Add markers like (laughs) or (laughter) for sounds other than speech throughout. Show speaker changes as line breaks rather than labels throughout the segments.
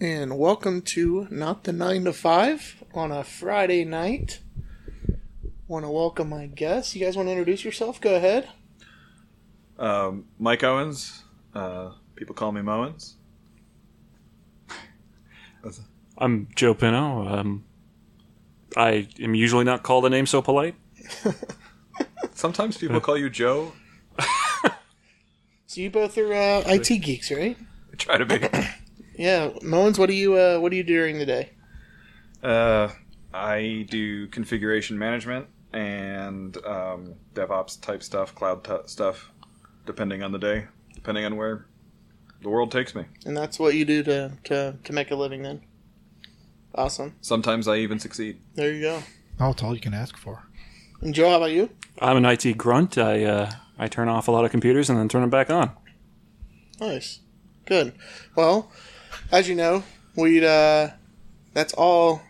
and welcome to Not the 9 to 5 on a Friday night. Want to welcome my guests. You guys want to introduce yourself? Go ahead.
Um, Mike Owens. Uh, people call me Mowens. That's-
I'm Joe Pino. Um, I am usually not called a name so polite.
Sometimes people call you Joe.
So you both are uh, IT geeks, right?
I try to be.
Yeah. Moens, what do you uh, what do you do during the day?
Uh, I do configuration management and um, DevOps type stuff, cloud t- stuff, depending on the day, depending on where the world takes me.
And that's what you do to to, to make a living then. Awesome.
Sometimes I even succeed.
There you go.
Oh, it's all you can ask for.
And Joe, how about you?
I'm an IT grunt. I uh, I turn off a lot of computers and then turn them back on.
Nice. Good. Well, as you know, we'd uh that's all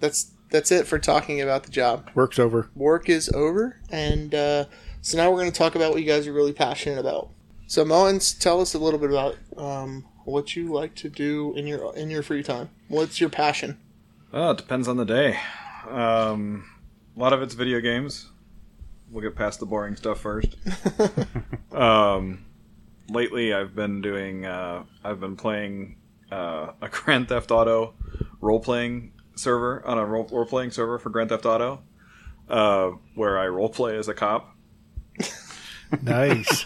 that's that's it for talking about the job.
Work's over.
work is over, and uh, so now we're going to talk about what you guys are really passionate about. So, Mullins, tell us a little bit about um, what you like to do in your in your free time. What's your passion?
Oh, it depends on the day. Um, a lot of it's video games. We'll get past the boring stuff first. um, lately, I've been doing. Uh, I've been playing uh, a Grand Theft Auto role playing server on a role playing server for Grand Theft Auto, uh, where I role play as a cop.
(laughs)
Nice.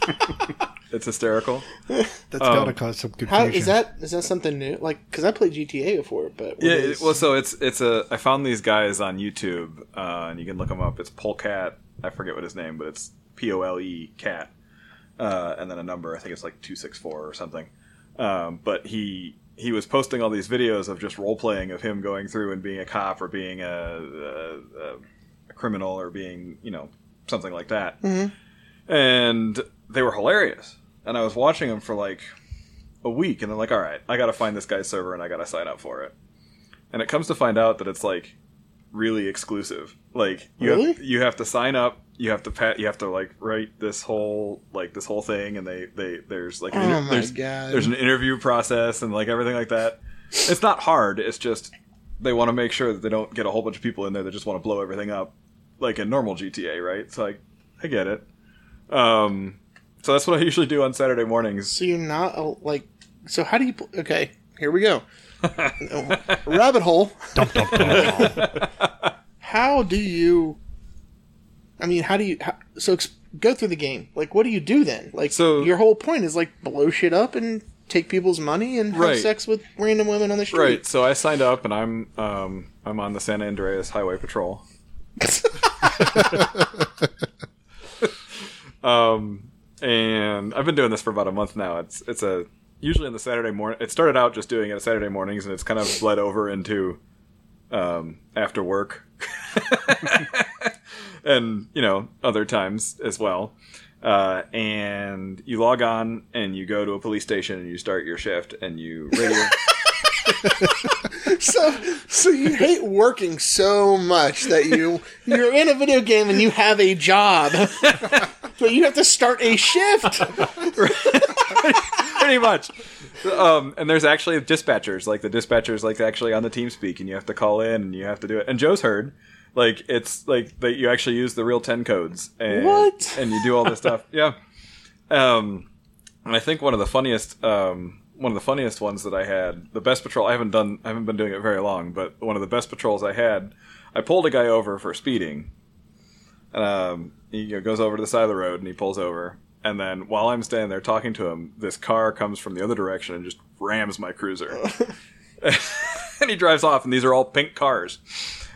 It's hysterical.
That's gotta cause some confusion.
Um, How is that? Is that something new? Like, because I played GTA before, but what
Yeah,
is-
it, well, so it's it's a. I found these guys on YouTube, uh, and you can look them up. It's Polecat. I forget what his name, but it's P O L E Cat, uh, and then a number. I think it's like two six four or something. Um, but he he was posting all these videos of just role playing of him going through and being a cop or being a, a, a criminal or being you know something like that,
Mm-hmm.
and they were hilarious. And I was watching them for like a week, and then like, all right, I got to find this guy's server and I got to sign up for it and it comes to find out that it's like really exclusive. Like you have,
Really?
you have to sign up, you have to pat, you have to like write this whole like this whole thing, and they they there's like an
Oh
inter-
my
there's,
God.
there's an interview process and like everything like that. It's not hard. It's just they want to make sure that they don't get a whole bunch of people in there that just want to blow everything up, like in normal GTA, right? So like I get it. Um, so that's what I (laughs) usually do on Saturday mornings.
so you're not a, like. So how do you? pl- Okay, here we
(laughs)
go. Rabbit hole.
Dum, dum,
(laughs)
dum.
How do you? I mean, how do you? How, so ex- go through the game. Like, what do you do then? Like,
So-
your whole point is like blow shit up and take people's money and have
Right.
sex with random women on the street.
Right. So I signed up, and I'm um, I'm on the San Andreas Highway Patrol. um, and I've been doing this for about a month now. It's it's a usually on the Saturday morning. It started out just doing it on Saturday mornings, and it's kind of bled over into um, after work, (laughs) and you know other times as well. Uh, and you log on and you go to a police station and you start your shift and you radio.
(laughs) So, so you hate working so much that you you're in a video game and you have a job, (laughs) but you have to start a shift.
pretty much. Um, and there's actually dispatchers, like the dispatchers, like actually on the team speak, and you have to call in and you have to do it. And Joe's heard, like it's like that you actually use the real ten codes and
What?
and you do all this stuff. Yeah. Um, and I think one of the funniest, um, one of the funniest ones that I had, the best patrol. I haven't done, I haven't been doing it very long, but one of the best patrols I had, I pulled a guy over for speeding. And, um, he goes over to the side of the road and he pulls over. And then while I'm standing there talking to him, this car comes from the other direction and just rams
(laughs)
my cruiser. and he drives off. And these are all pink cars.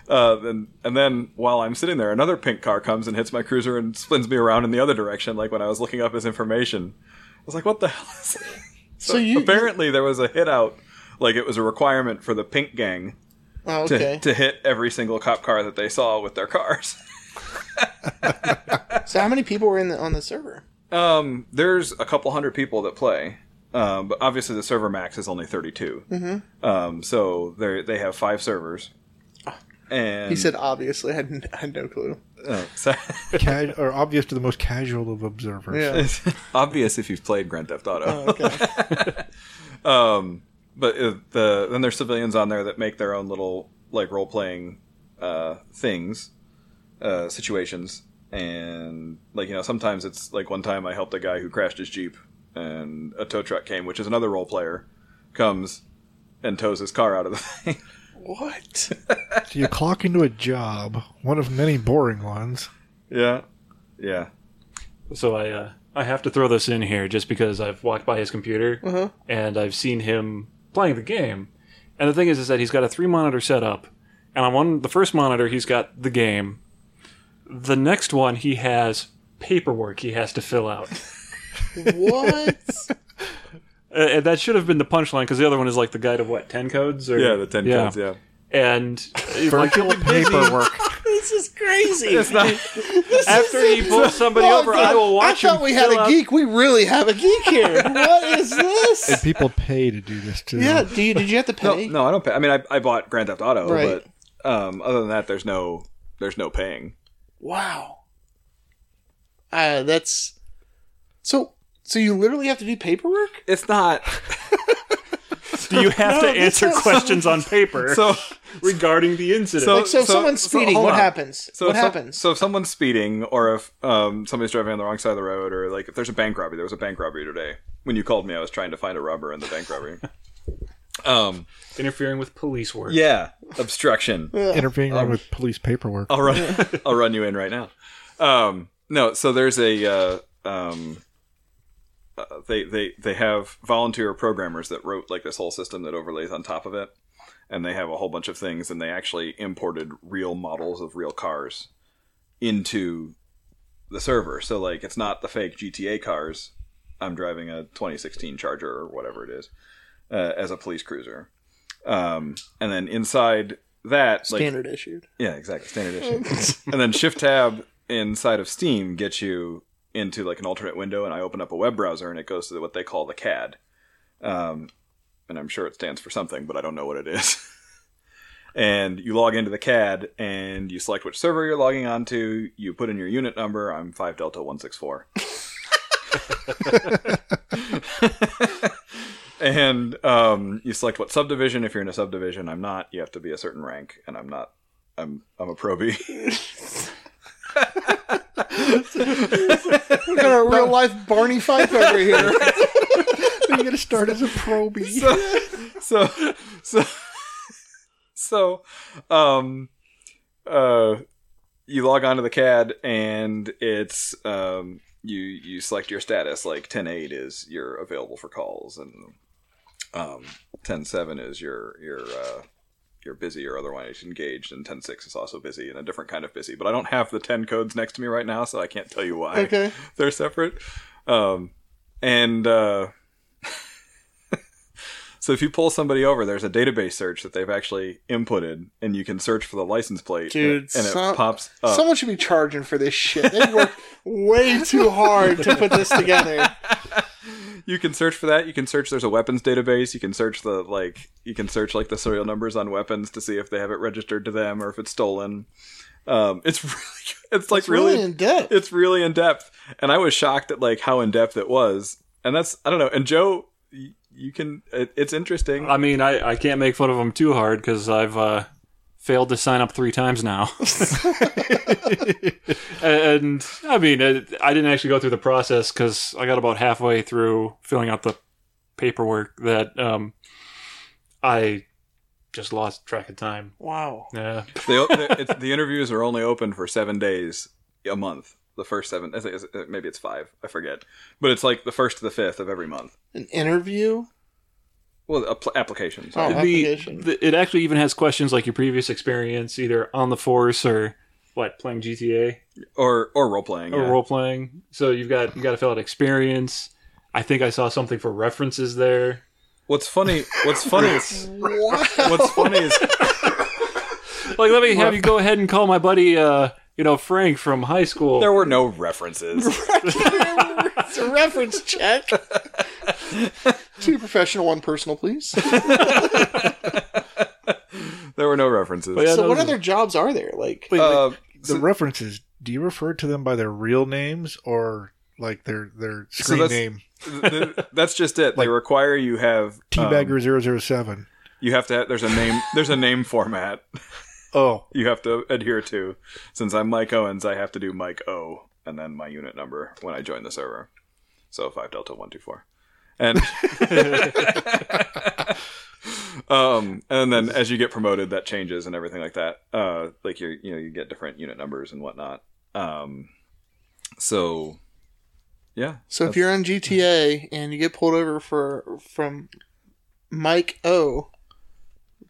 Uh, and, and then while I'm sitting there, another pink car comes and hits my cruiser and spins me around in the other direction. Like when I was looking up his information, I was like, "What the hell?" Is this?"
(laughs) So you,
Apparently, there was a hit out. Like it was a requirement for the pink gang (laughs)
oh,
to,
okay.
to hit every single cop car that they saw with their cars.
so how many people were in the, on the server?
Um, there's a couple hundred people that play, um, but obviously the server max is only 32. Mm-hmm. Um, so they they have five servers. And
Ah. He said, obviously, I had, n- I had no clue.
oh, (laughs) so-
Ca- or obvious to the most casual of observers.
(laughs)
Yeah.
Oh, obvious if you've played Grand Theft Auto.
Okay.
but uh, the then there's civilians on there that make their own little like role playing uh, things, uh, situations, and like you know sometimes it's like one time I helped a guy who crashed his jeep, and a tow truck came, which is another role player, comes and tows his car out of the (laughs) thing. (laughs)
What?
So you clock into a job, one of many boring ones.
yeah, yeah.
So I uh, I have to throw this in here just because I've walked by his computer
Uh-huh.
and I've seen him playing the game. And the thing is, is that he's got a three monitor setup, and on one the first monitor he's got the game. The next one he has paperwork he has to fill out,
what?
Uh, and that should have been the punchline because the other one is like the guide of what ten codes or
Yeah, the ten
Yeah.
kids. Yeah,
and uh, like
Virtual paperwork.
this is crazy.
it's not.
after
(laughs)
he pulls somebody
Well,
over, I will watch
Oh, I thought
him
we had
fill
a
out-
geek. We really have a geek here. what is
And
this?
people pay to do this too.
Yeah. Do you, did you have to
No,
pay?
no, I don't pay. I mean, I, I bought Grand Theft Auto,
Right.
but um, other than that, there's no there's no paying.
Wow. Uh, that's so. So you literally have to do paperwork. (laughs)
It's not
Do you have
No,
to
this
answer
sounds- (laughs)
questions on paper
so.
regarding the incident?
So-
Like so, if
so-
someone's
so,
speeding.
hold
what
on.
happens?
So
what
if some-
happens?
so if someone's speeding, or if um, somebody's driving on the wrong side of the road, or like if there's a bank robbery, there was a bank robbery today. When you called me, I was trying to find a robber in the bank robbery.
(laughs)
um,
interfering with police work.
yeah, obstruction.
Interfering with police paperwork.
(laughs) I'll run. I'll run you in right now. Um, no, so there's a uh, um, uh, they they they have volunteer programmers that wrote like this whole system that overlays on top of it, and they have a whole bunch of things, and they actually imported real models of real cars into the server. So like it's not the fake GTA cars. I'm driving a 2016 Charger or whatever it is uh, as a police cruiser. Um, and then inside that, like,
Standard issued.
yeah, exactly. Standard issue. and then Shift Tab inside of Steam gets you into like an alternate window, and I open up a web browser, and it goes to what they call the CAD, um, and I'm sure it stands for something, but I don't know what it is. (laughs) and you log into the CAD, and you select which server you're logging onto. You put in your unit number. I'm five Delta one six four. (laughs) and um, you select what subdivision. If you're in a subdivision, I'm not. You have to be a certain rank, and I'm not. I'm I'm a pro B.
We're gonna real life Barney Fife over here.
Are you gonna start as
(laughs)
a probie?
so, so, so, so, um, uh, you log onto the CAD and it's um, you you select your status. Like ten eight is you're available for calls, and um, ten seven is your your uh, you're busy or otherwise engaged, and ten six is also busy and a different kind of busy. But I don't have the ten codes next to me right now, so I can't tell you why
Okay.
(laughs) they're separate. Um, and uh, (laughs) so if you pull somebody over, there's a database search that they've actually inputted, and you can search for the license plate,
Dude,
and, it, and it
some-
pops up.
Someone should be charging for this shit. They worked way too hard to put this together.
you can search for that. You can search. There's a weapons database. You can search the like. You can search like the serial numbers on weapons to see if they have it registered to them or if it's stolen. Um, it's (laughs) really, it's like
It's really, in depth.
it's really in depth and i was shocked at like how in depth it was and that's i don't know and joe y- you can it, it's interesting
I mean, I, I can't make fun of him too hard because I've uh, failed to sign up three times now.
(laughs)
(laughs) and I mean, I, I didn't actually go through the process because I got about halfway through filling out the paperwork that um, I just lost track of time.
wow.
Yeah.
they, o- they- it's, the interviews are only open for seven days a month the first seven I think it's- uh, maybe it's five i forget but it's like the first to the fifth of every month
An interview?
well apl- applications
Oh.
The,
application.
the, it actually even has questions like your previous experience, either on the force or what playing GTA.
or or role playing
or role playing. So you've got you got to fill out experience. I think I saw something for references there.
what's funny what's funny
Wow.
what's funny
(laughs)
is
Like, let me have you go ahead and call my buddy, uh, you know, Frank from high school.
there were no references
it's a reference check. (laughs) Two professional, one personal, please.
there were no references
But yeah,
so,
those
what
are-
other jobs are there? Like,
uh,
The references. Do you refer to them by their real names or like their their screen
that's-
name?
th- th- that's just it. They require you have um,
Teabagger007.
you have to. Have, there's a name. There's a name format
Oh,
you have to adhere to. Since I'm Mike Owens, I have to do Mike O and then my unit number when I join the server. So five delta one two four, and (laughs) um, and then as you get promoted, that changes and everything like that. Uh, like you you know you get different unit numbers and whatnot. Um, so yeah,
So if you're on GTA and you get pulled over for from Mike O,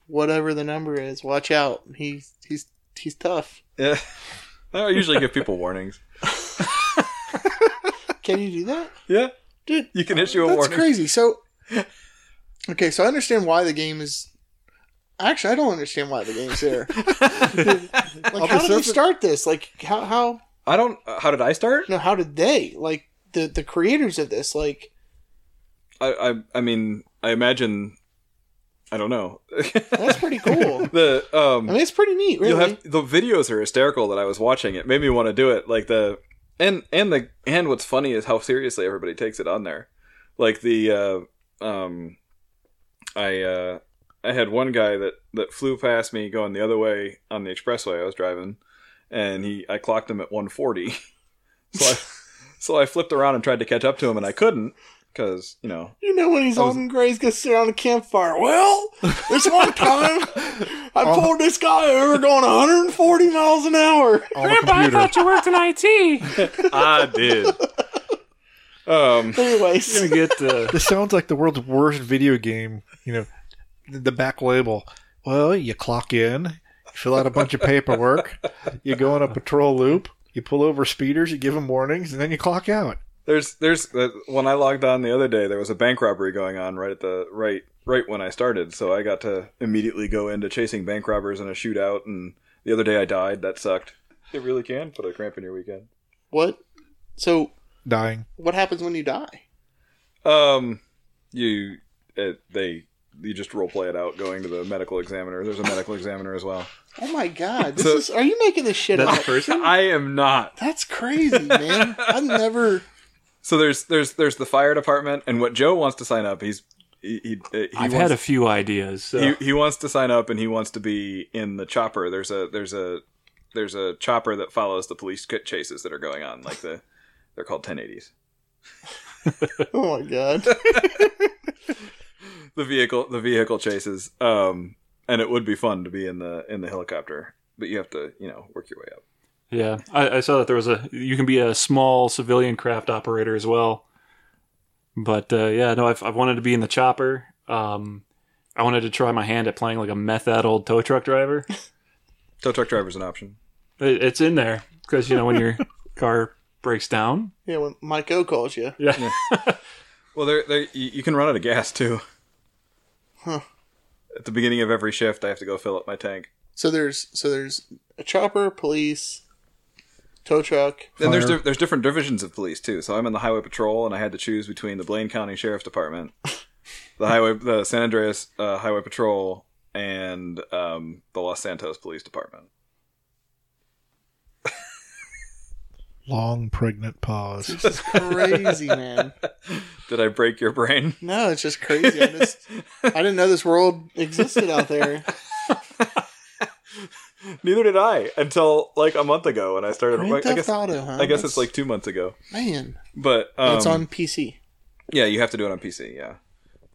whatever the number is, watch out. He's he's he's tough.
Yeah. I usually give people warnings.
Can you do
(laughs)
that,
Yeah,
dude?
you can issue a
That's
warning.
crazy.
(laughs)
So, okay, so I understand why the game is. Actually, I don't understand why the game's
(laughs)
there. like, how did they start this? Like, how how
I don't. uh, how did I start?
no? How did they like the the creators of this? Like,
I, I I mean I imagine I don't know
that's pretty cool.
(laughs) the um
I mean, it's pretty neat, really.
you'll have the videos are hysterical that I was watching it made me want to do it like the and and the and what's funny is how seriously everybody takes it on there like the uh um I uh I had one guy that that flew past me going the other way on the expressway I was driving and he I clocked him at 140 (laughs)
(laughs)
so I so I flipped around and tried to catch up to him and I couldn't because you know
You know when he's
I was-
old and gray, he's gonna sit around a campfire. Well, this
(laughs)
one time I pulled this guy over going 140 miles an hour. (laughs)
on the computer.
you worked in IT.
I did. Um,
Anyways,
You're gonna get uh,
This sounds like the world's worst video game. You know, th- the back label. Well, you clock in, you fill out a bunch of paperwork, you go on a patrol loop, you pull over speeders, you give them warnings, and then you clock out.
there's there's uh, when I logged on the other day, there was a bank robbery going on right at the right right when I started, so I got to immediately go into chasing bank robbers in a shootout. And the other day, I died. That sucked. It really can put a cramp in your weekend.
what? So
Dying.
what happens when you die?
Um, you it, they you just role play it out going to the medical examiner. There's a medical examiner as well.
Oh my god, this
So-
is. Are you making this shit
That's
up?
person?
I am not.
That's crazy, man. I've never.
So there's there's there's the fire department, and what Joe wants to sign up. He's he, he, (laughs) he
I've
wants
had a few ideas. So.
he, he wants to sign up and he wants to be in the chopper. There's a there's a there's a chopper that follows the police ca- chases that are going on. Like the they're called 1080s.
Oh my god.
The vehicle the vehicle chases. Um, and it would be fun to be in the in the helicopter, but you have to you know work your way up.
yeah, I, I saw that there was a. You can be a small civilian craft operator as well. But uh, yeah, no, I've, I've wanted to be in the chopper. Um, I wanted to try my hand at playing like a meth out old tow truck driver.
Tow truck driver's an option.
It, it's in there because you know when your car breaks down.
Yeah, when Mike O calls you,
Yeah.
Well, there there you, you can run out of gas too.
Huh.
At the beginning of every shift, I have to go fill up my tank.
so there's so there's a chopper, police, tow truck.
Then there's
Fire.
di- there's different divisions of police too. So I'm in the highway patrol, and I had to choose between the Blaine County
(laughs)
Sheriff's Department, the highway, the San Andreas uh, Highway Patrol, and um, the Los Santos Police Department.
Long pregnant
(laughs)
pause.
This is crazy, man.
Did I break your brain? (laughs)
No, it's just crazy. I just I didn't know this world existed out there.
Neither did I until like a month ago when (laughs) I started.
Grand
like, I
Theft
guess
Auto, huh?
I guess
That's-
it's like two months ago,
man.
but um,
That's on PC.
Yeah, you have to do it on PC. Yeah,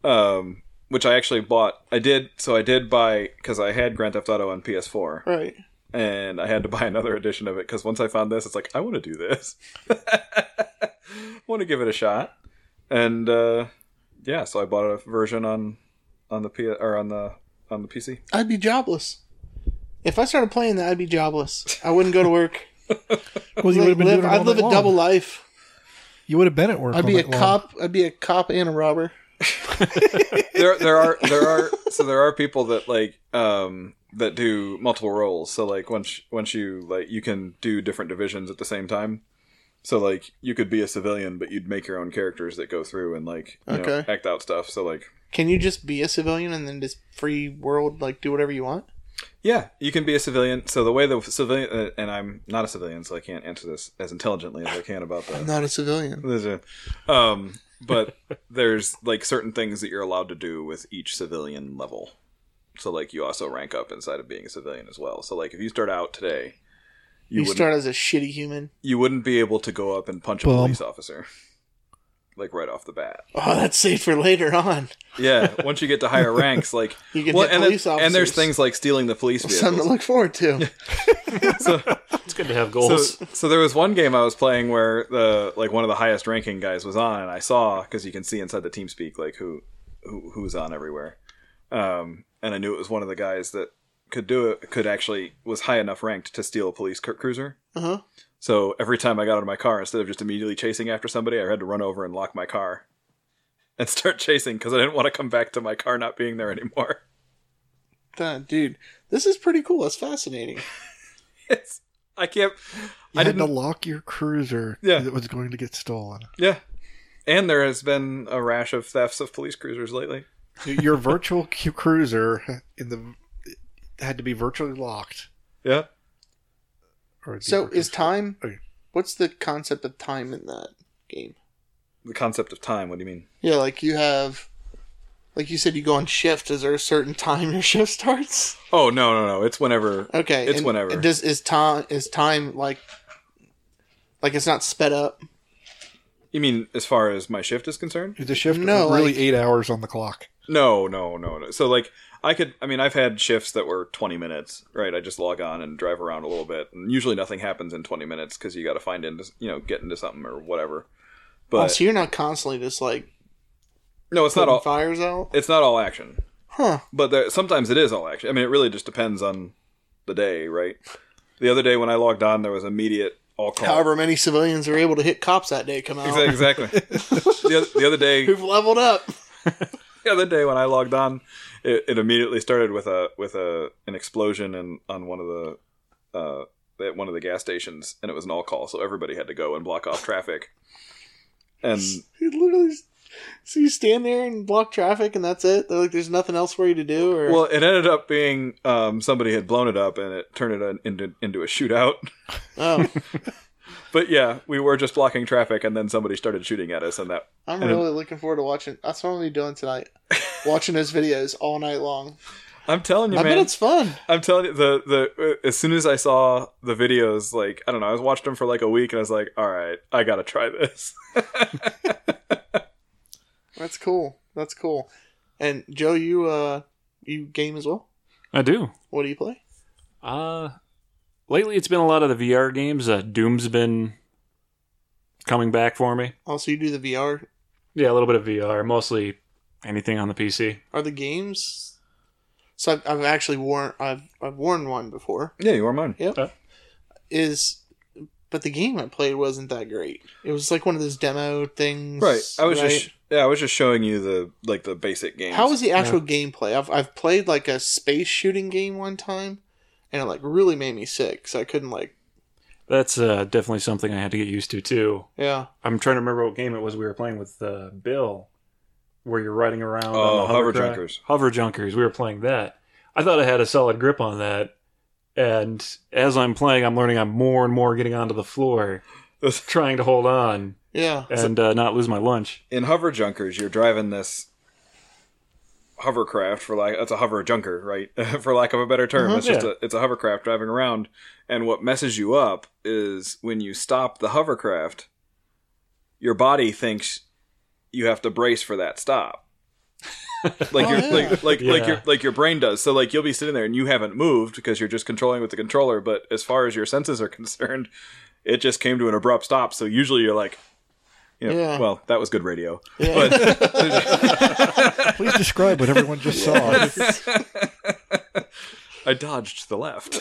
um, which I actually bought. I did. So I did buy because I had Grand Theft Auto on PS4.
Right.
and I had to buy (laughs) another edition of it because once I found this, it's like I want to do this, (laughs) want to give it a shot, and uh, yeah, so I bought a version on on the P or on the on the PC.
I'd be jobless. If I started playing that, I'd be jobless. I wouldn't go to
(laughs)
work.
Well, you would have been
live,
doing it all
I'd live
night
a
long.
double life.
You would have been at work.
I'd
all
be a
night long.
cop. I'd be a cop and a robber.
There, there are there are so there are people that like um that do multiple roles. So like once once you like you can do different divisions at the same time. So like you could be a civilian, but you'd make your own characters that go through and like you know,
Okay.
act out stuff. So like
Can you just be a civilian and then just free world like do whatever you want?
Yeah, you can be a civilian. So the way the civilian, uh, and I'm not
(laughs)
a civilian, so I can't answer this as intelligently as I can about
I'm
that.
not a civilian.
There's a- um, but there's like certain things that you're allowed to do with each civilian level. So like you also rank up inside of being a civilian as well. So like if you start out today, you,
You,
wouldn't
start as a shitty human.
you wouldn't be able to go up and punch a
Boom.
police officer. Like right off the bat.
Oh, that's safe for later on. (laughs)
Yeah, once you get to higher ranks, like
You can hit
and, then-
police officers.
and there's things like stealing
(laughs)
the police
Something to
vehicles.
look forward
(laughs)
to.
So-
(laughs) It's good to have
so,
(laughs)
goals.
so there was one game I was playing where the like one of the highest ranking guys was on, and I saw because you can see inside the team speak like who, who who's on everywhere, um, and I knew it was one of the guys that could do it, could actually was high enough ranked to steal a police cru- cruiser.
Uh huh.
So every time I got out of my car, instead of just immediately chasing after somebody, I had to run over and lock my car (laughs) and start chasing because I didn't want to come back to my car not being there anymore. (laughs)
God, dude, this is pretty cool. That's fascinating.
it's, I can't.
You
I
had
didn't
to lock your cruiser
Yeah.
that was going to get stolen.
Yeah. And there has been a rash of thefts of police cruisers lately.
Your virtual (laughs) cu- cruiser in the it had to be virtually locked.
Yeah.
Or it'd be
So
virtually-
is time?
Okay.
What's the concept of time in that game?
The concept of time, what do you mean?
Yeah, like you have, like you said, you go on shift. Is there a certain time your shift starts?
Oh no no no. It's whenever
Okay,
It's
and-
whenever.
and does is time is time like, like it's not sped up? Oh,
you mean as far as my shift is concerned?
is the shift
No,
really
like-
eight hours on the clock?
No, no, no, no. So like I could I mean I've had shifts that were 20 minutes, right? I just log on and drive around a little bit. And usually nothing happens in 20 minutes cuz you got to find into, you know, get into something or whatever. But
oh, so you're not constantly just like
no, it's not
putting
all
fires out,
it's not all action.
huh?
But there, sometimes it is all action. I mean, it really just depends on the day, right? The other day when I logged on, there was immediate all call.
However many civilians are able to hit cops that day come out.
(laughs) Exa- exactly. the, oth- the other day,
Who've leveled (laughs) up?
the other day when I logged on, it, it immediately started with a with a an explosion and on one of the uh, at one of the gas stations, and it was an all call, so everybody had to go and block off traffic. And
You literally, so you stand there and block traffic, and that's it. They're like, there's nothing else for you to do, or
well, it ended up being um, somebody had blown it up, and it turned it into into a shootout.
(laughs)
(laughs)
oh,
But yeah, we were just blocking traffic, and then somebody started shooting at us, and that
I'm
And-
really looking forward to watching. That's what I'm gonna be doing
(laughs)
tonight, watching those videos all night long.
I'm telling you,
I bet
man.
it's fun.
I'm telling you, the the uh, as soon as I saw the videos, like I don't know, I was watching them for like a week, and I was like, all right, I gotta try this.
That's cool. That's cool. And Joe, you uh, you game as well.
I do.
What do you play?
Uh, lately, it's been a lot of the VR games. Uh, Doom's been coming back for me.
Also, you do the VR.
Yeah, a little bit of VR, mostly anything on the PC.
Are the games? So I've, I've actually worn I've I've worn one before.
yeah, you are mine.
Is but the game I played wasn't that great. It was like one of those demo things,
Right. I was
right?
just yeah, I was just showing you the like the basic games.
How is the actual gameplay? I've I've played like a space shooting game one time, and it like really made me sick. So I couldn't like
That's uh, definitely something I had to get used to too.
yeah.
I'm trying to remember what game it was we were playing with uh, Bill, where you're riding around.
Oh,
on the
Hover
hovercraft-
Junkers.
Hover Junkers. We were playing that. I thought I had a solid grip on that, and as I'm playing, I'm learning I'm more and more getting onto the floor,
(laughs)
trying to hold on
Yeah.
and uh, not lose my lunch.
in hover junkers? You're driving this hovercraft for like that's a hover junker, right? (laughs) for lack of a better term,
Mhm.
it's just
Yeah.
a it's a hovercraft driving around. And what messes you up is when you stop the hovercraft, your body thinks you have to brace for that stop.
(laughs)
like
Oh,
your
yeah.
like like like
Yeah.
your like your brain does. So like you'll be sitting there and you haven't moved because you're just controlling with the controller, but as far as your senses are (laughs) concerned, it just came to an abrupt stop. So usually you're like you know,
Yeah.
well, that was good radio.
Yeah.
(laughs)
Please describe what everyone just
(laughs)
saw.
I dodged to the (laughs) left.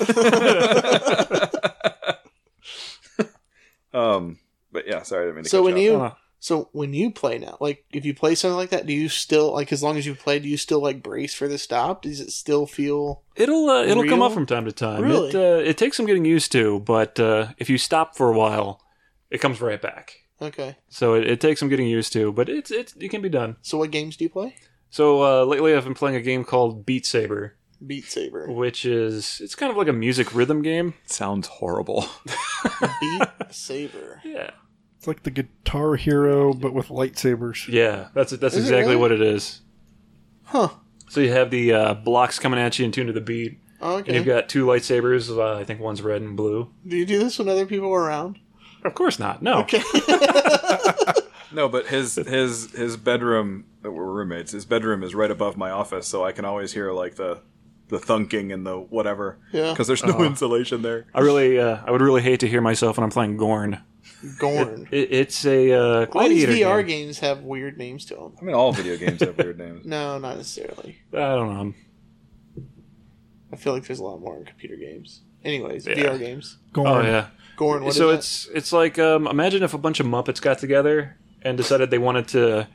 um, but yeah, sorry, I didn't mean to.
So
cut
when
off.
you
Uh,
(laughs) so when you play now, like if you play something like that, do you still like as long as you've played, do you still like brace for the stop? Does it still feel
It'll uh, it'll come
Real?
up from time to time.
Really?
It, uh, it takes some getting used to, but uh, if you stop for a while, it comes right back.
okay?
So it, it takes some getting used to, but it's it's it can be done.
So what games do you play?
So uh, lately, I've been playing a game called Beat Saber,
Beat Saber.
which is it's kind of like a music rhythm game.
sounds horrible.
(laughs)
Beat Saber.
Yeah,
It's like the Guitar Hero, but with lightsabers.
Yeah, that's that's
Is it really?
exactly what it is.
Huh.
So you have the uh, blocks coming at you and tuned to the beat, and
Okay.
you've got two lightsabers. Uh, I think one's red and blue.
do you do this when other people are around?
Of course not. No.
Okay.
No, but his his his bedroom. uh, We're roommates. His bedroom is right above my office, so I can always hear like the the thunking and the whatever.
Yeah.
Because there's no insulation there.
I really, uh, I would really hate to hear myself when I'm playing Gorn.
Gorn.
It, it's a uh,
All these
gladiator
VR
game.
games have weird names to them.
I mean, all video games have weird names.
No, not necessarily.
I don't know.
I feel like there's a lot more in computer games. Anyways,
Yeah.
VR games.
Gorn.
Oh yeah.
Gorn. What is
so
that?
it's it's like um, imagine if a bunch of Muppets got together and decided they
(laughs)
wanted to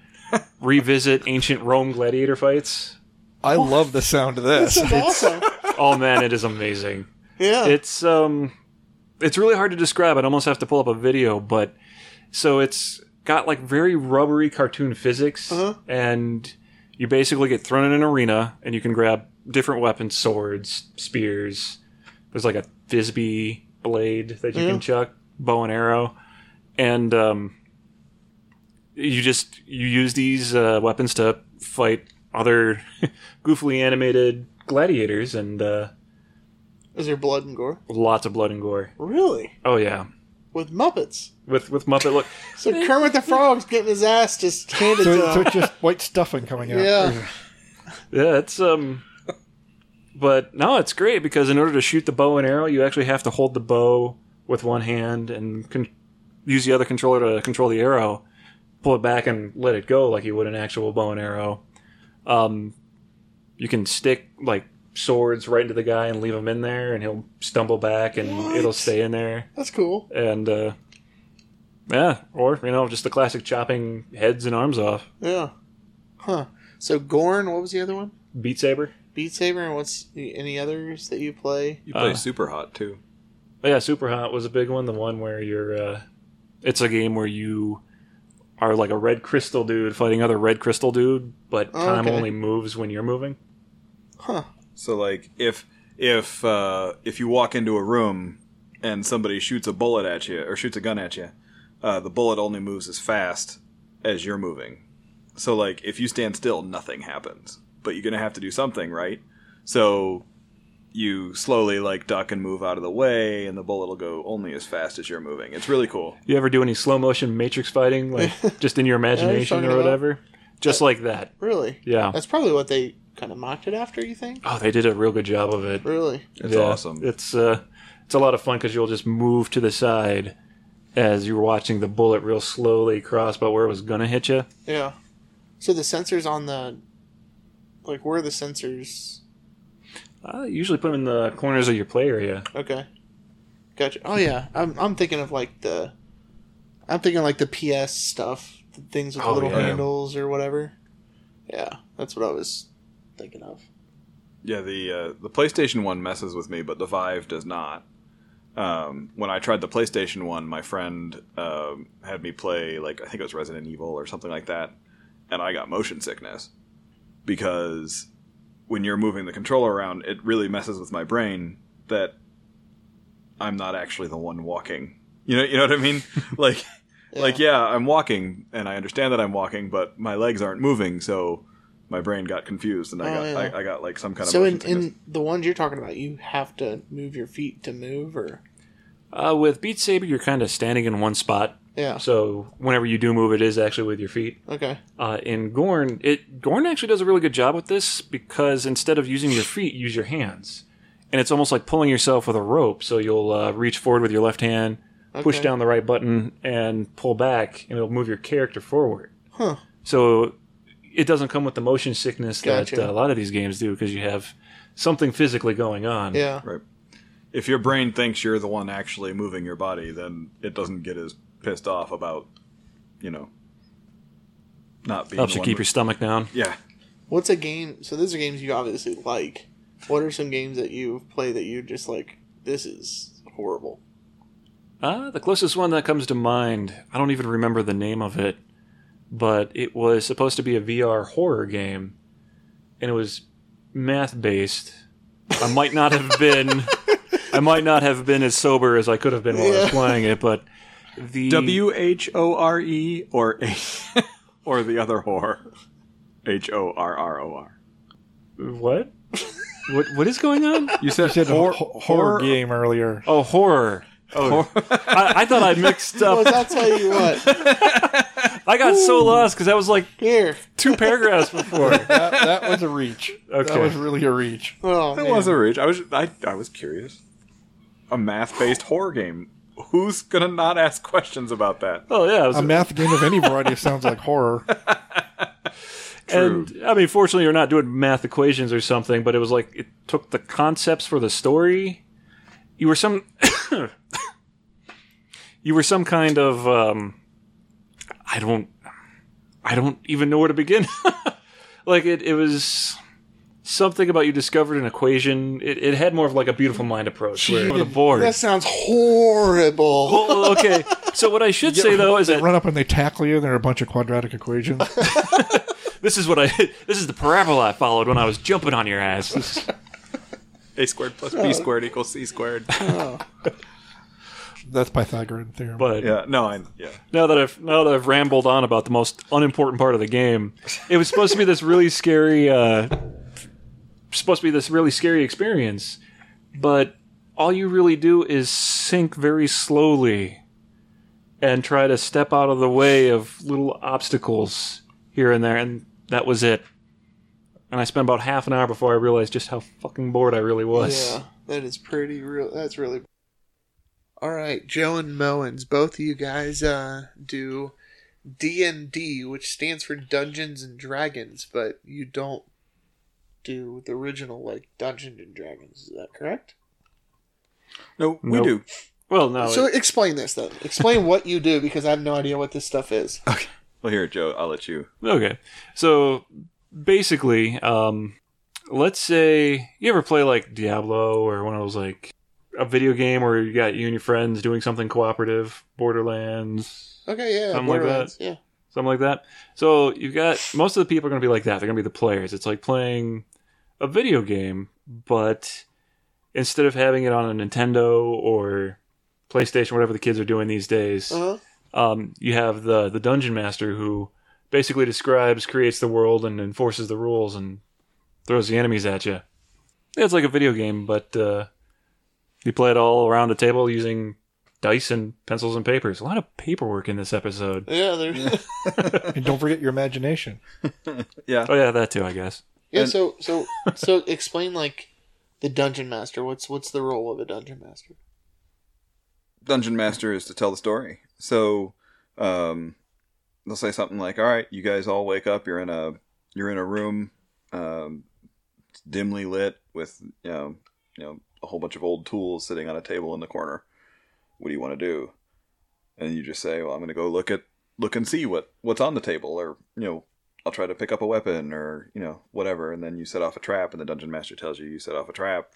revisit ancient Rome gladiator fights.
I love the sound of this.
This is awesome.
(laughs) Oh man, it is amazing.
yeah.
(laughs) It's um, it's really hard to describe. I'd almost have to pull up a video, but so it's got like very rubbery cartoon physics,
Uh-huh.
and you basically get thrown in an arena, and you can grab different weapons, swords, spears. There's like a frisbee blade that you
Yeah.
can chuck, bow and arrow, and um, you just you use these uh, weapons to fight other (laughs) goofily animated gladiators and uh,
is there blood and gore?
lots of blood and gore.
Really?
Oh yeah,
With Muppets.
with with Muppet look.
So Kermit the Frog's getting his ass
(laughs)
just handed
so,
to
so
him.
it's just white stuffing coming out.
Yeah.
Yeah, it's um. But no, it's great because in order to shoot the bow and arrow, you actually have to hold the bow with one hand and con- use the other controller to control the arrow, pull it back and let it go like you would an actual bow and arrow. Um, you can stick like swords right into the guy and leave him in there, and he'll stumble back and
What?
it'll stay in there.
That's cool.
and uh, yeah, or you know, just the classic chopping heads and arms off.
Yeah. Huh. So Gorn. What was the other one?
Beat Saber,
Beat Saber. And what's any others that you play?
You play
Uh.
super hot too.
But yeah, Super Hot was a big one. The one where you're, uh, it's a game where you are like a red crystal dude fighting other red crystal dude, but
Oh,
time
okay.
only moves when you're moving.
Huh.
So like if if uh, if you walk into a room and somebody shoots a bullet at you or shoots a gun at you, uh, the bullet only moves as fast as you're moving. So like if you stand still, nothing happens. But you're gonna have to do something, right? So you slowly like duck and move out of the way, and the bullet will go only as fast as you're moving. It's really cool.
You ever do any slow motion
(laughs)
Matrix fighting, like just in your imagination
talking
or
about-
whatever? Just like that,
Really?
yeah.
That's probably what they kind of mocked it after. You think?
Oh, they did a real good job of it.
Really?
It's
Yeah,
awesome.
It's uh, it's a lot of fun because you'll just move to the side as you're watching the bullet real slowly cross about where it was gonna hit you.
Yeah. So the sensors on the, like, where are the sensors?
I uh, usually put them in the corners of your play area.
Okay. Gotcha. Oh yeah, I'm I'm thinking of like the, I'm thinking like the PS stuff, the things with the
Oh,
little
yeah.
handles or whatever. Yeah, that's what I was thinking of.
Yeah, the uh, the PlayStation One messes with me, but the Vive does not. Um, when I tried the PlayStation One, my friend um, had me play like I think it was Resident Evil or something like that, and I got motion sickness because when you're moving the controller around, it really messes with my brain that I'm not actually the one walking. You know, you know what
(laughs)
I mean? like, like yeah, I'm walking, and I understand that I'm walking, but my legs aren't moving, so my brain got confused, and I
Oh,
got
yeah.
I, I got like some kind of
So
motion
in,
sickness.
in the ones you're talking about, you have to move your feet to move, or
Uh, with Beat Saber, you're kind of standing in one spot,
yeah,
so whenever you do move, it is actually with your feet.
okay,
Uh, in Gorn, it Gorn actually does a really good job with this because instead of using your feet, use your hands, and it's almost like pulling yourself with a rope. So you'll uh, reach forward with your left hand, push
Okay.
down the right button, and pull back, and it'll move your character forward.
Huh.
So it doesn't come with the motion sickness that
Gotcha.
uh, a lot of these games do because you have something physically going on.
yeah,
if your brain thinks you're the one actually moving your body, then it doesn't get as pissed off about, you know, not being.
helps
the
you
one
keep your
with-
stomach down.
Yeah,
What's a game? So these are games you obviously like. What are some games that you play that you just like? This is horrible.
Uh, the closest one that comes to mind, I don't even remember the name of it, but it was supposed to be a VR horror game, and it was math based. I might not have been, I might not have been as sober as I could have been while I was
Yeah.
playing it, but The
W H O R E or A (laughs) or the other whore. H O R R O R.
what? what what is going on?
You said,
You said
hor-
hor- horror game earlier.
Oh, horror. Oh,
(laughs)
I, I thought I mixed
Well,
up.
I'll Oh, tell you what.
I got so lost because that was like
Here.
two paragraphs before.
(laughs) that, that was a reach.
Okay.
That was really a reach.
Oh,
That
man.
was a reach. I was I, I was curious. A math based horror game. Who's gonna not ask questions about that?
Oh yeah, it was
A math game of any variety sounds like horror.
True.
And I mean, fortunately, you're not doing math equations or something, but it was like it took the concepts for the story. You were some, (coughs) you were some kind of, um, I don't, I don't even know where to begin. (laughs) like it, it was something about you discovered an equation. It, it had more of like a beautiful mind approach. Where over the board.
That sounds horrible.
Well, okay, so what I should say though is
They
that
run up and they tackle you, and there are a bunch of quadratic equations.
this is what I (laughs) this is the parabola I followed when I was jumping on your ass. (laughs) This
A
is-
squared plus B squared equals C squared.
That's Pythagorean theorem.
but
yeah, no, I yeah.
now that I've now that I've rambled on about the most unimportant part of the game, it was supposed to be this really scary, uh, supposed to be this really scary experience, but all you really do is sink very slowly and try to step out of the way of little obstacles here and there, and that was it. And I spent about half an hour before I realized just how fucking bored I really was.
yeah, that is pretty real. That's really. All right, Joe and Moens, both of you guys uh, do D and D, which stands for Dungeons and Dragons, but you don't do the original like Dungeons and Dragons. Is that correct?
No, we
Nope.
do.
Well, no,
so explain this then. Explain what you do because I have no idea what this stuff
(laughs)
is.
Well, here, Joe, I'll let you.
Okay. So basically, um, let's say you ever play like Diablo or one of those like a video game where you got you and your friends doing something cooperative, Borderlands,
Okay, yeah,
Something like that.
Borderlands, Yeah.
something like that. So you've got most of the people are going to be like that. They're going to be the players. It's like playing a video game, but instead of having it on a Nintendo or PlayStation, whatever the kids are doing these days,
Uh-huh.
um, you have the the dungeon master who basically describes, creates the world, and enforces the rules and throws the enemies at you. Yeah, It's like a video game, but uh, you play it all around the table using dice and pencils and papers. A lot of paperwork in this episode.
Yeah, there. Yeah. (laughs)
and don't forget your imagination.
Yeah.
Oh yeah, that too, I guess.
And-
so so so explain like the dungeon master. What's what's the role of a dungeon master?
dungeon master is to tell the story. So, um, they'll say something like, "All right, you guys all wake up. You're in a you're in a room, um, it's dimly lit with you know you know a whole bunch of old tools sitting on a table in the corner. What do you want to do?" And you just say, "Well, I'm going to go look at look and see what what's on the table, or you know." I'll try to pick up a weapon or, you know, whatever. And then you set off a trap, and the dungeon master tells you you set off a trap.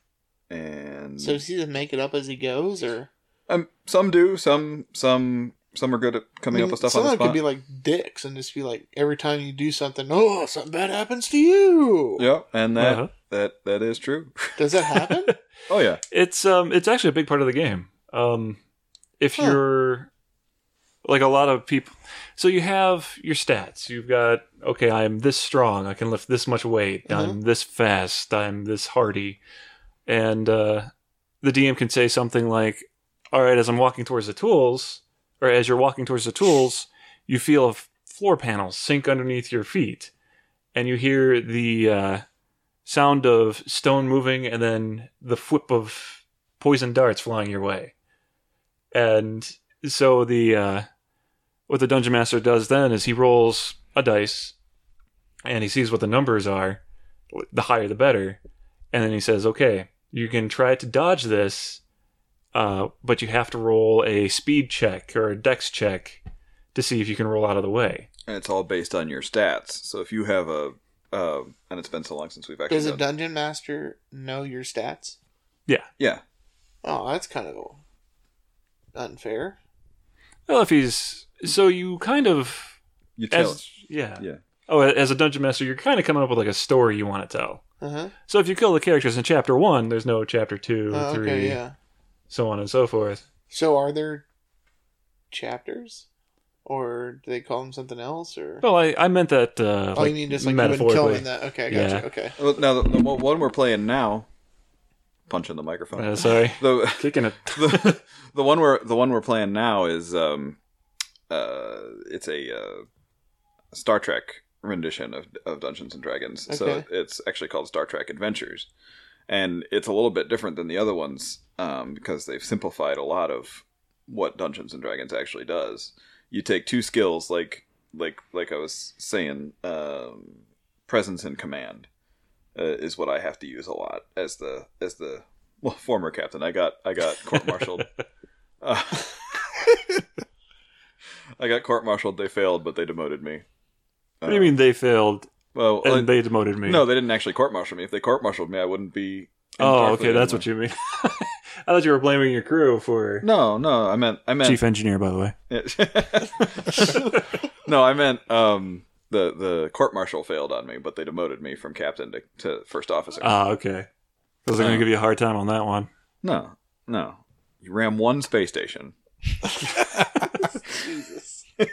And
So does he just make it up as he goes, or
um, some do. Some some some are good at coming up with stuff
Mm, some
on the
of them
spot.
could be like dicks and just be like, every time you do something, oh, something bad happens to you.
yeah, and that
Uh-huh.
that that is true.
Does that
(laughs)
happen?
oh yeah,
It's um, it's actually a big part of the game. Um, if
Huh.
you're like a lot of people, so you have your stats. You've got okay, I'm this strong. I can lift this much weight.
Mhm.
I'm this fast. I'm this hardy. And uh, the DM can say something like, "All right, as I'm walking towards the tools, or as you're walking towards the tools, you feel a f- floor panel sink underneath your feet, and you hear the." Uh, sound of stone moving and then the whip of poison darts flying your way. And so the uh, what the dungeon master does then is he rolls a dice and he sees what the numbers are, the higher the better, and then he says, "Okay, you can try to dodge this, uh, but you have to roll a speed check or a dex check to see if you can roll out of the way."
and it's all based on your stats. So if you have a uh, and it's been so long since we've actually
does a
done-
dungeon master know your stats?
yeah.
Oh, that's kind of unfair.
Well, if he's so you kind of
You tell
as, yeah.
Yeah.
Oh, as a dungeon master, you're kind of coming up with like a story you want to tell.
Uh huh.
So if you kill the characters in chapter one, there's no chapter two,
Oh,
three,
okay, yeah.
so on and so forth.
So are there chapters, or do they call them something else? Or
Well, I, I meant that uh,
oh,
like,
you mean just like you've been
metaphorically.
killing that? Okay, gotcha.
Yeah.
Okay,
Well, Now, the, the one we're playing now, punch in the microphone. (laughs)
Uh, sorry,
The,
kicking it.
the (laughs) the one we're the one we're playing now is um uh it's a uh, Star Trek rendition of of Dungeons and Dragons. So
Okay.
it's actually called Star Trek Adventures, and it's a little bit different than the other ones um, because they've simplified a lot of what Dungeons and Dragons actually does. You take two skills like like like I was saying, um, presence and command uh, is what I have to use a lot as the as the well, former captain. I got I got court
(laughs)
martialed. uh, (laughs) I got court martialed. They failed, but they demoted me. Uh,
What do you mean they failed
Well,
and
like-
they demoted me?
no, they didn't actually court martial me. If they court martialed me, I wouldn't be.
Oh, okay, that's what you mean. (laughs) I thought you were blaming your crew for
No, no, I meant I meant
chief engineer, by the way.
(laughs) no, I meant um, the the court martial failed on me, but they demoted me from captain to, to first officer.
Ah, okay. I was going to
Oh.
give you a hard time on that one.
no, no, you ram one space station.
Jesus.
(laughs)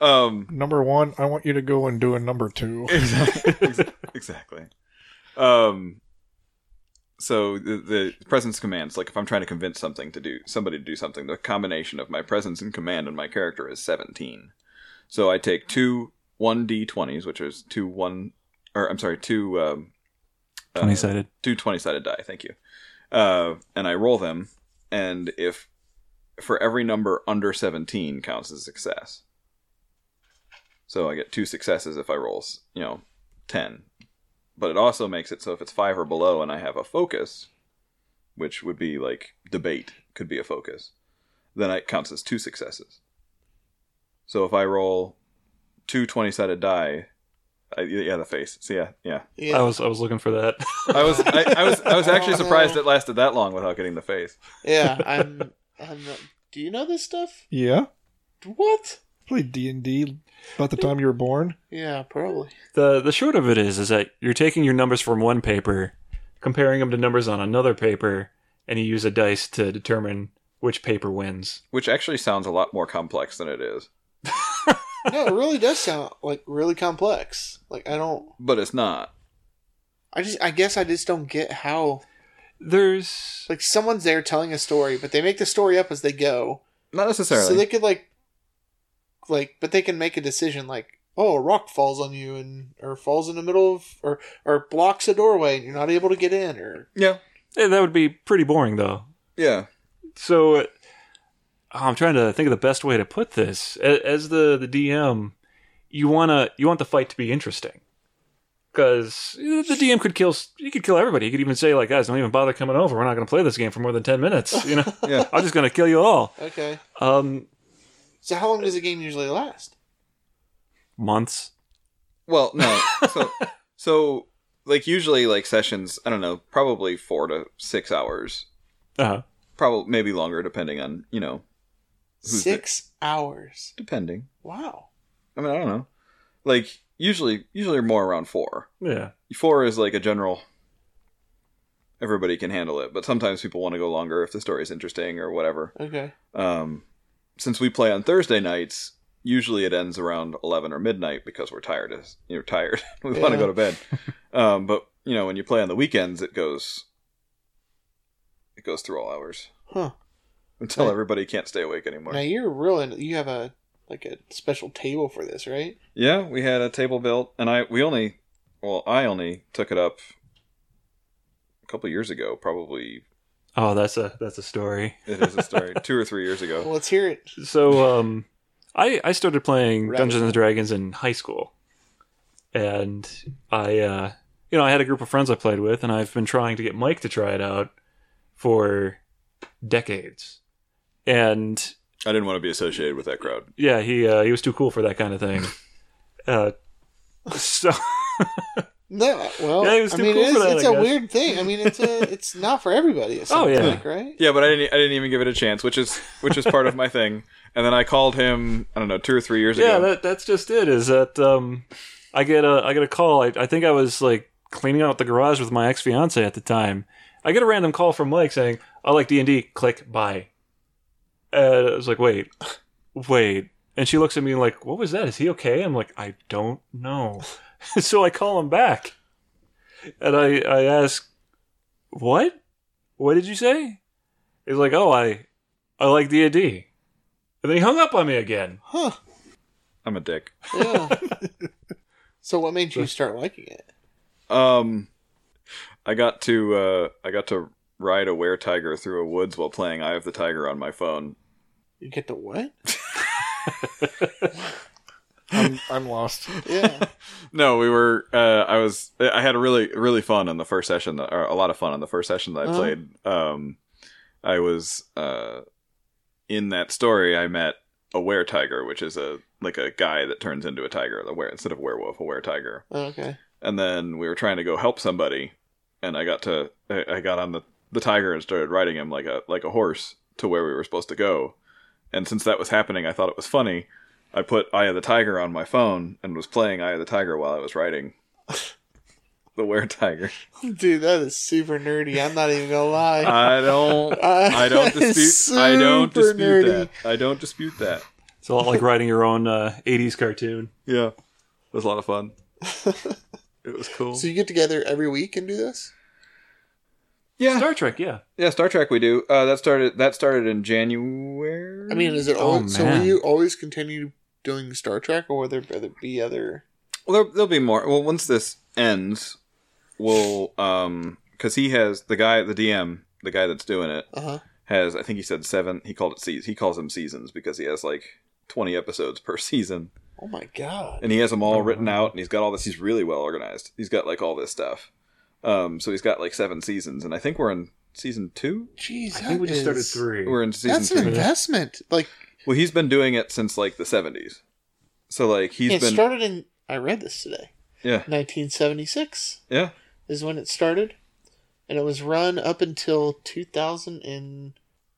um,
Number one, I want you to go and do a number two.
exactly. exactly. Um, so the, the presence commands, like if I'm trying to convince something to do somebody to do something, the combination of my presence and command and my character is 17. So I take two 1d20s, which is two one, or I'm sorry, two um, uh,
Twenty sided.
two 20 sided die. Thank you. Uh, and I roll them, and if for every number under 17 counts as success. So I get two successes if I roll, s- you know, 10. But it also makes it so if it's 5 or below and I have a focus, which would be like debate could be a focus, then it counts as two successes. So if I roll two 20 sided die, I, yeah, the face. So yeah, yeah.
Yeah.
I was I was looking for that. (laughs)
I was I, I was I was actually
Oh, no.
surprised it lasted that long without getting the face.
(laughs)
yeah, I'm. I'm. Not, do you know this stuff?
yeah,
What?
played D and D about the time you were born.
Yeah, probably.
the The short of it is, is that you're taking your numbers from one paper, comparing them to numbers on another paper, and you use a dice to determine which paper wins.
Which actually sounds a lot more complex than it is.
No, it really does sound like really complex. Like I don't.
But it's not.
I just. I guess I just don't get how.
There's
Like someone's there telling a story, but they make the story up as they go.
Not necessarily.
So they could like, like, but they can make a decision like, oh, a rock falls on you and or falls in the middle of or or blocks a doorway and you're not able to get in or
yeah.
eh, that would be pretty boring though.
Yeah.
so uh, I'm trying to think of the best way to put this. A- As the the DM, you wanna you want the fight to be interesting because the DM could kill s- he could kill everybody. He could even say like, guys, don't even bother coming over. We're not going to play this game for more than ten minutes. You know,
Yeah.
I'm just going to kill you all.
okay.
Um,
So how long does a game usually last?
months.
Well, no. So so like usually like sessions, I don't know, probably 4 to 6 hours.
Uh,
Probably maybe longer depending on, you know, Who's
Six hours.
depending.
Wow.
I mean, I don't know. Like usually usually more around 4.
yeah.
four is like a general everybody can handle it but sometimes people want to go longer if the story is interesting or whatever
Okay.
um, since we play on thursday nights usually it ends around 11 or midnight because we're tired as you're tired (laughs) we want to
Yeah.
go to bed (laughs) um, but you know when you play on the weekends it goes it goes through all hours
Huh.
(laughs) until
Right.
everybody can't stay awake anymore
Now you're real. In, you have a like a special table for this, right?
Yeah, we had a table built, and I we only, well, I only took it up a couple years ago. Probably
Oh, that's a that's a story.
it is a (laughs) story, two or three years
Well,
ago.
let's hear it.
So um, I I started playing
Rabbit
Dungeons
hole.
and Dragons in high school, and I uh, you know I had a group of friends I played with, and I've been trying to get Mike to try it out for decades, and
I didn't want to be associated with that crowd.
yeah, he uh, he was too cool for that kind of (laughs) thing. Uh, so
No, well,
Yeah, he was
I
too
mean,
cool
it
for
is,
that,
it's
I
a
guess.
weird thing. I mean, it's
(laughs)
a, it's not for everybody. It
Oh,
oh
yeah.
yeah, like, right?
Yeah, but I didn't. e, I didn't even give it a chance, which is which is part of my thing. And then I called him. I don't know, two or three years
yeah,
ago.
that, that's just it. Is that um, I get a I get a call. I, I think I was like cleaning out the garage with my ex fiance at the time. I get a random call from Mike saying, "I like D and D." Click buy. And I was like, wait, wait. And she looks at me like, what was that? Is he okay? I'm like, I don't know. (laughs) so I call him back. And I, I ask, what? What did you say? He's like, oh, I, I like D&D. And then he hung up on me again.
Huh.
I'm a dick.
Yeah. so what made you start liking it?
Um, I got to uh, I got to ride a were tiger through a woods while playing Eye of the Tiger on my phone.
You get the
(laughs)
what?
I'm,
(laughs)
I'm lost.
Yeah.
No, we were. Uh, I was. I had a really really fun on the first session. That, or a lot of fun on the first session that I
Uh-huh.
played. Um, I was uh, in that story. I met a were tiger, which is a like a guy that turns into a tiger. The were instead of a werewolf, a were tiger.
Okay.
and then we were trying to go help somebody and i got to i I got on the, the tiger and started riding him like a like a horse to where we were supposed to go and since that was happening i thought it was funny i put eye of the tiger on my phone and was playing eye of the tiger while i was riding (laughs) the were tiger
Dude, that is super nerdy. I'm not even gonna (laughs) lie. Uh,
i don't Uh, i
(laughs)
don't dispute i don't dispute that i don't dispute that
It's a lot like writing your own uh, 80s cartoon.
yeah it was a lot of fun it was cool
So you get together every week and do this?
yeah
Star Trek, yeah.
Yeah, Star Trek we do. Uh, that started that started in January.
I mean, is it
Oh,
all? so will
man.
you always continue doing Star Trek, or will there rather be other?
well, there, there'll be more. Well, once this ends, we'll um, because he has the guy, the DM, the guy that's doing it
Uh huh.
has. I think he said seven. He called it seasons. He calls them seasons because he has like twenty episodes per (laughs) season,
Oh my god.
and he has them all written out, and he's got all this. He's really well organized. He's got like all this stuff. Um, so he's got like seven seasons, and I think we're in season two.
Jeez,
I think we just
that
started
is-
three.
We're in season
That's
three.
an investment. Like
Well, he's been doing it since like the seventies. So like he's
it
been
started in. I read this today.
yeah
1976
yeah
is when it started, and it was run up until 2000 and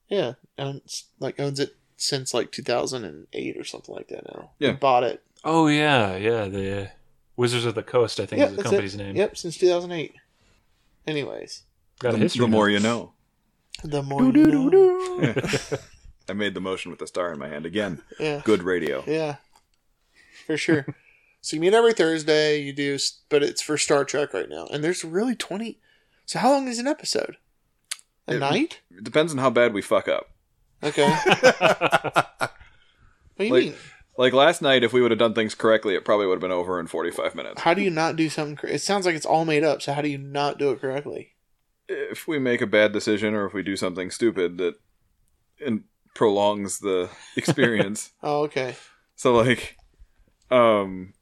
yeah, owns, like owns it since like 2008 or something like that now.
Yeah.
And bought it.
Oh, yeah, yeah. The uh, Wizards of the Coast, I think,
Yeah,
is the
that's
company's
it.
name.
Yep, since 2008. Anyways,
Got a
the,
history.
the more you know.
the more you know.
(laughs) I made the motion with the star in my hand again.
yeah.
Good radio.
Yeah, for
(laughs)
sure. so you meet every Thursday. You do, s- but it's for Star Trek right now, and there's really twenty. So how long is an episode? A
It-
night?
It depends on how bad we fuck up.
Okay. what do you
Like-
mean?
Like last night, if we would have done things correctly, it probably would have been over in forty-five minutes.
How do you not do something? Cor- it sounds like it's all made up. So how do you not do it correctly?
If we make a bad decision or if we do something stupid that and prolongs the (laughs) experience,
Oh, okay.
So like, um,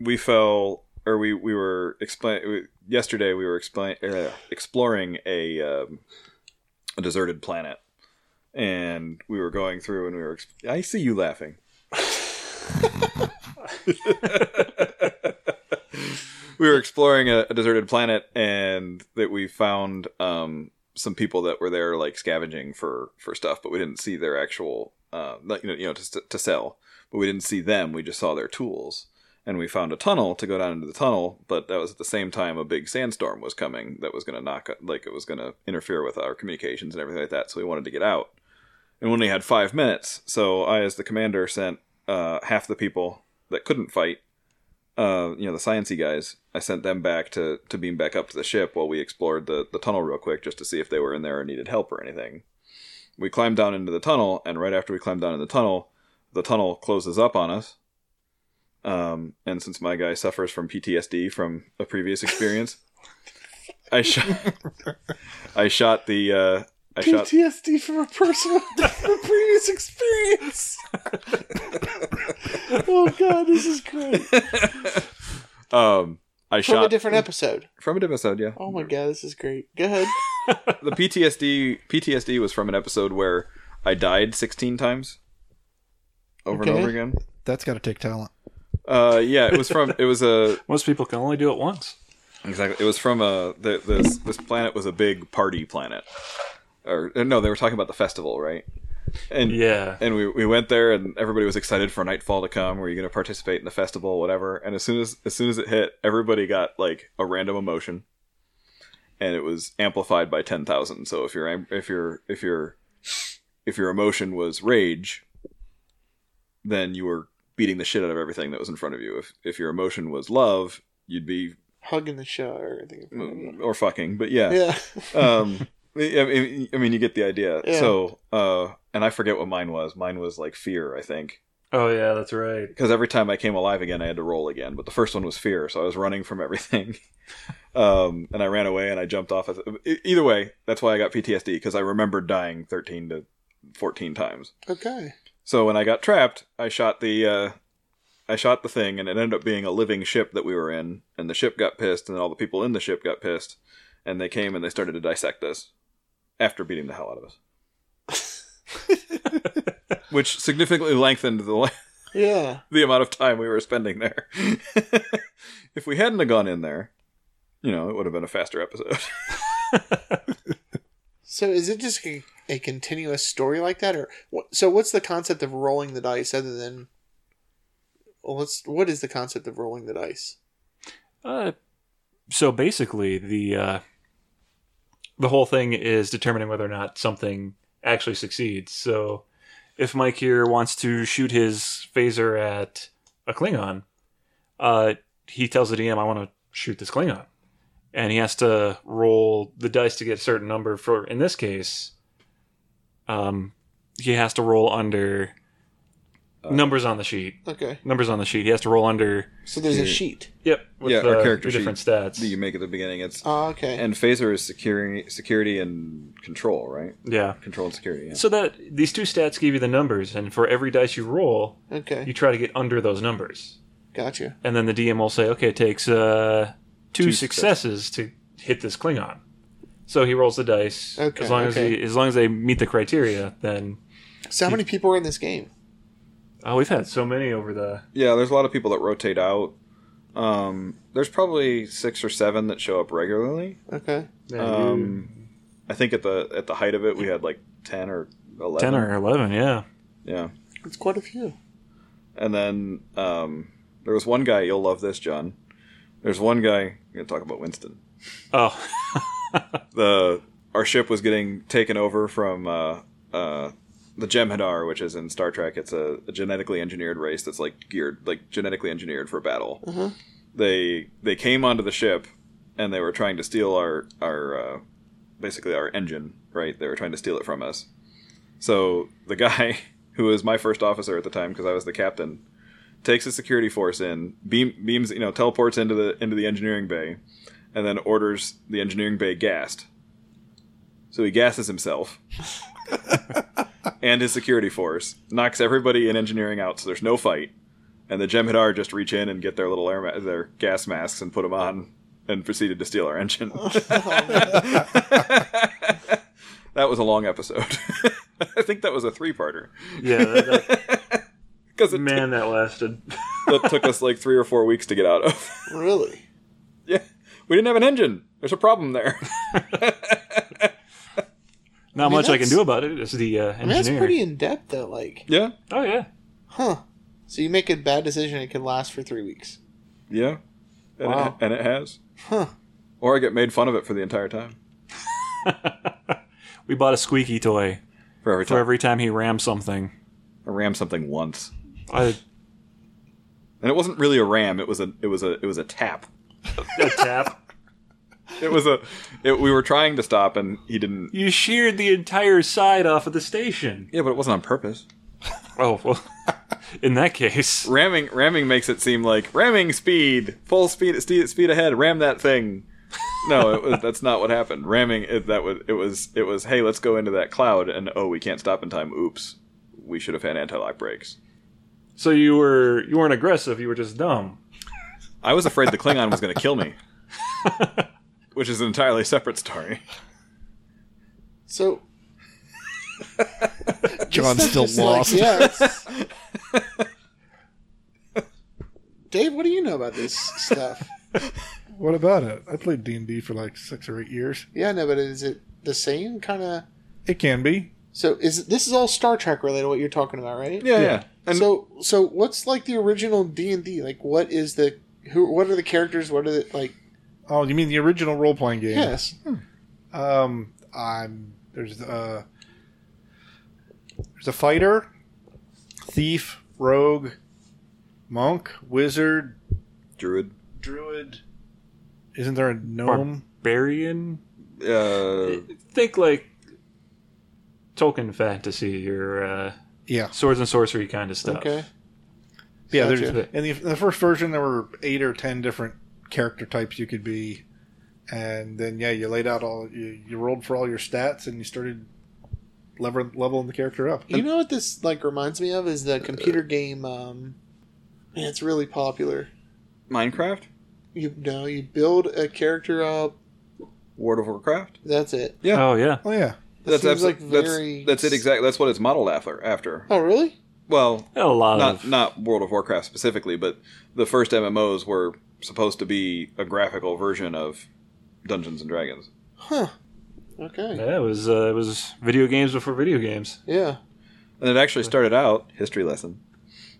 we fell or we we were explain we, yesterday we were explain uh, exploring a um, a deserted planet, and we were going through and we were. Exp- I see you laughing. (laughs) we were exploring a, a deserted planet, and that we found um, some people that were there like scavenging for for stuff, but we didn't see their actual uh, like, you know you know to, s- to sell but we didn't see them. We just saw their tools. And we found a tunnel to go down into the tunnel, but that was at the same time a big sandstorm was coming that was going to knock, like, it was going to interfere with our communications and everything like that. So we wanted to get out. And we only had five minutes. So I, as the commander, sent uh, half the people that couldn't fight, uh, you know, the sciency guys, I sent them back to, to beam back up to the ship while we explored the, the tunnel real quick just to see if they were in there or needed help or anything. We climbed down into the tunnel, and right after we climbed down in the tunnel, the tunnel closes up on us. Um, and since my guy suffers from PTSD from a previous experience, I shot, I shot the, uh,
(laughs)
I shot,
PTSD from a personal from a previous experience. oh god, this is
(laughs)
great.
um,
From
I
a
shot
different episode.
from a different episode. Yeah,
Oh my god, this is great. Go ahead.
the PTSD PTSD was from an episode where I died sixteen times, over and
Okay.
over again.
That's got to
(laughs)
take talent.
Uh, yeah, it was from it was a
(laughs) Most people can only do it once.
Exactly. It was from a the, this this planet was a big party planet, or no? They were talking about the festival, right? And
Yeah.
and we, we went there, and everybody was excited for Nightfall to come. Were you going to participate in the festival, whatever? And as soon as as soon as it hit, everybody got like a random emotion, and it was amplified by ten thousand. So if you're am- if you're if you're if your emotion was rage, then you were beating the shit out of everything that was in front of you. If if your emotion was love, you'd be
Hugging the shower. I think.
or fucking. But Mm, yeah,
Mm-hmm. Yeah.
um I mean, I mean, you get the idea
Yeah.
so uh and i forget what mine was mine was like fear i think
Oh yeah, that's right.
because every time i came alive again i had to roll again but the first one was fear so i was running from everything (laughs) um and i ran away and i jumped off of, e- either way that's why i got ptsd because i remembered dying 13 to 14 times
(laughs) Okay.
so when i got trapped i shot the uh I shot the thing and it ended up being a living ship that we were in, and the ship got pissed, and all the people in the ship got pissed, and they came and they started to dissect us after beating the hell out of us. Which significantly lengthened the, le-
Yeah.
the amount of time we were spending there. (laughs) if we hadn't have gone in there, you know, it would have been a faster episode. (laughs)
So is it just a, a continuous story like that, or what, so? What's the concept of rolling the dice other than? Well, let's. What is the concept of rolling the dice?
Uh, so basically, the uh, the whole thing is determining whether or not something actually succeeds. So, if Mike here wants to shoot his phaser at a Klingon, uh, he tells the DM, "I want to shoot this Klingon," and he has to roll the dice to get a certain number. For in this case, um, he has to roll under
Uh,
numbers on the sheet.
Okay,
Numbers on the sheet. He has to roll under.
so there's a
Yeah.
sheet.
Yep. With
Yeah,
the,
our character
the different
sheet
stats.
that you make at the beginning. It's
Oh, okay.
Um, and phaser is security, security and control, right?
yeah.
Control and security. Yeah.
So that these two stats give you the numbers, and for every dice you roll,
okay,
you try to get under those numbers.
gotcha.
And then the DM will say, "Okay, it takes uh, two,
Two
successes to hit this Klingon." So he rolls the dice.
Okay,
as long as
okay.
he, as long as they meet the criteria, then
So how many people are in this game?
oh, we've had so many over the
Yeah, there's a lot of people that rotate out. Um, there's probably six or seven that show up regularly.
Okay,
Um, I think at the at the height of it, we had like ten or eleven.
ten or eleven. Yeah.
yeah,
it's quite a few.
and then um, there was one guy you'll love this, John. There's one guy. I'm gonna talk about Winston.
Oh,
The our ship was getting taken over from uh, uh, the Jem'Hadar, which is in Star Trek. It's a, a genetically engineered race that's like geared, like genetically engineered for battle.
Uh-huh.
they they came onto the ship and they were trying to steal our our uh, basically our engine right they were trying to steal it from us so the guy (laughs) who was my first officer at the time because i was the captain takes a security force in beam, beams you know teleports into the into the engineering bay and then orders the engineering bay gassed so he gasses himself and his security force knocks everybody in engineering out so there's no fight and the Jem'Hadar just reach in and get their little air ma- their gas masks and put them on, and proceeded to steal our engine. that was a long episode. (laughs) I think that was a three-parter
(laughs) yeah. That,
because
(laughs) that,
it
man, that lasted.
took- that took us like three or four weeks to get out of.
Really?
yeah, we didn't have an engine. There's a problem there.
Not
mean,
much I can
that's-
do about it. It's the uh,
I mean, that's
engineer.
pretty in depth, though. Like,
yeah,
Oh yeah.
huh? So you make a bad decision, it could last for three weeks.
yeah, and,
Wow.
it, and it has.
Huh?
Or I get made fun of it for the entire time.
We bought a squeaky toy
For every time
for every time he rammed something.
I rammed something once,
I
and it wasn't really a ram. It was a it was a it was a tap.
a (laughs) tap.
It was a. It, we were trying to stop, and he didn't.
You sheared the entire side off of the station.
Yeah, but it wasn't on purpose.
Oh well. (laughs) In that case,
Ramming, ramming makes it seem like ramming speed, full speed, speed, speed ahead. Ram that thing. No, it was, that's not what happened. Ramming it, that was it was it was. Hey, let's go into that cloud, and oh, we can't stop in time. Oops, we should have had anti lock brakes.
so you were you weren't aggressive. You were just dumb.
I was afraid the Klingon was going to kill me, which is an entirely separate story.
So
John's
It's
still
just Like,
lost.
yeah.
(laughs)
it's- Dave, what do you know about this stuff?
What about it? I played D and D for like six or eight years.
Yeah, I know, but is it the same kind of?
It can be.
So is this is all Star Trek related? What you're talking about, right?
Yeah, yeah. And
so so what's like the original D and D? Like, what is the who? What are the characters? What are the like?
Oh, you mean the original role playing game?
Yes.
Um, I'm there's uh, There's a fighter, thief, rogue, monk, wizard,
Druid.
druid. Isn't there a gnome?
Barbarian?
Uh,
Think like Tolkien fantasy or uh,
yeah,
swords and sorcery kind of stuff.
Okay.
yeah.
Gotcha.
There's in the, in the first version there were eight or ten different character types you could be, and then yeah, you laid out all you, you rolled for all your stats and you started lever, leveling the character up.
You know what this like reminds me of is the computer game. Um, man, it's really popular.
Minecraft.
You know, you build a character up.
World of Warcraft.
that's it.
Yeah.
Oh yeah.
oh yeah,
That seems
abso-
like
that's-
very-
That's, it exactly. That's what it's modeled after. After.
Oh, really?
Well,
A lot
not
of
not World of Warcraft specifically, but the first MMOs were supposed to be a graphical version of Dungeons and Dragons.
Huh. Okay.
Yeah, it was uh, it was video games before video games.
Yeah.
And it actually started out history lesson.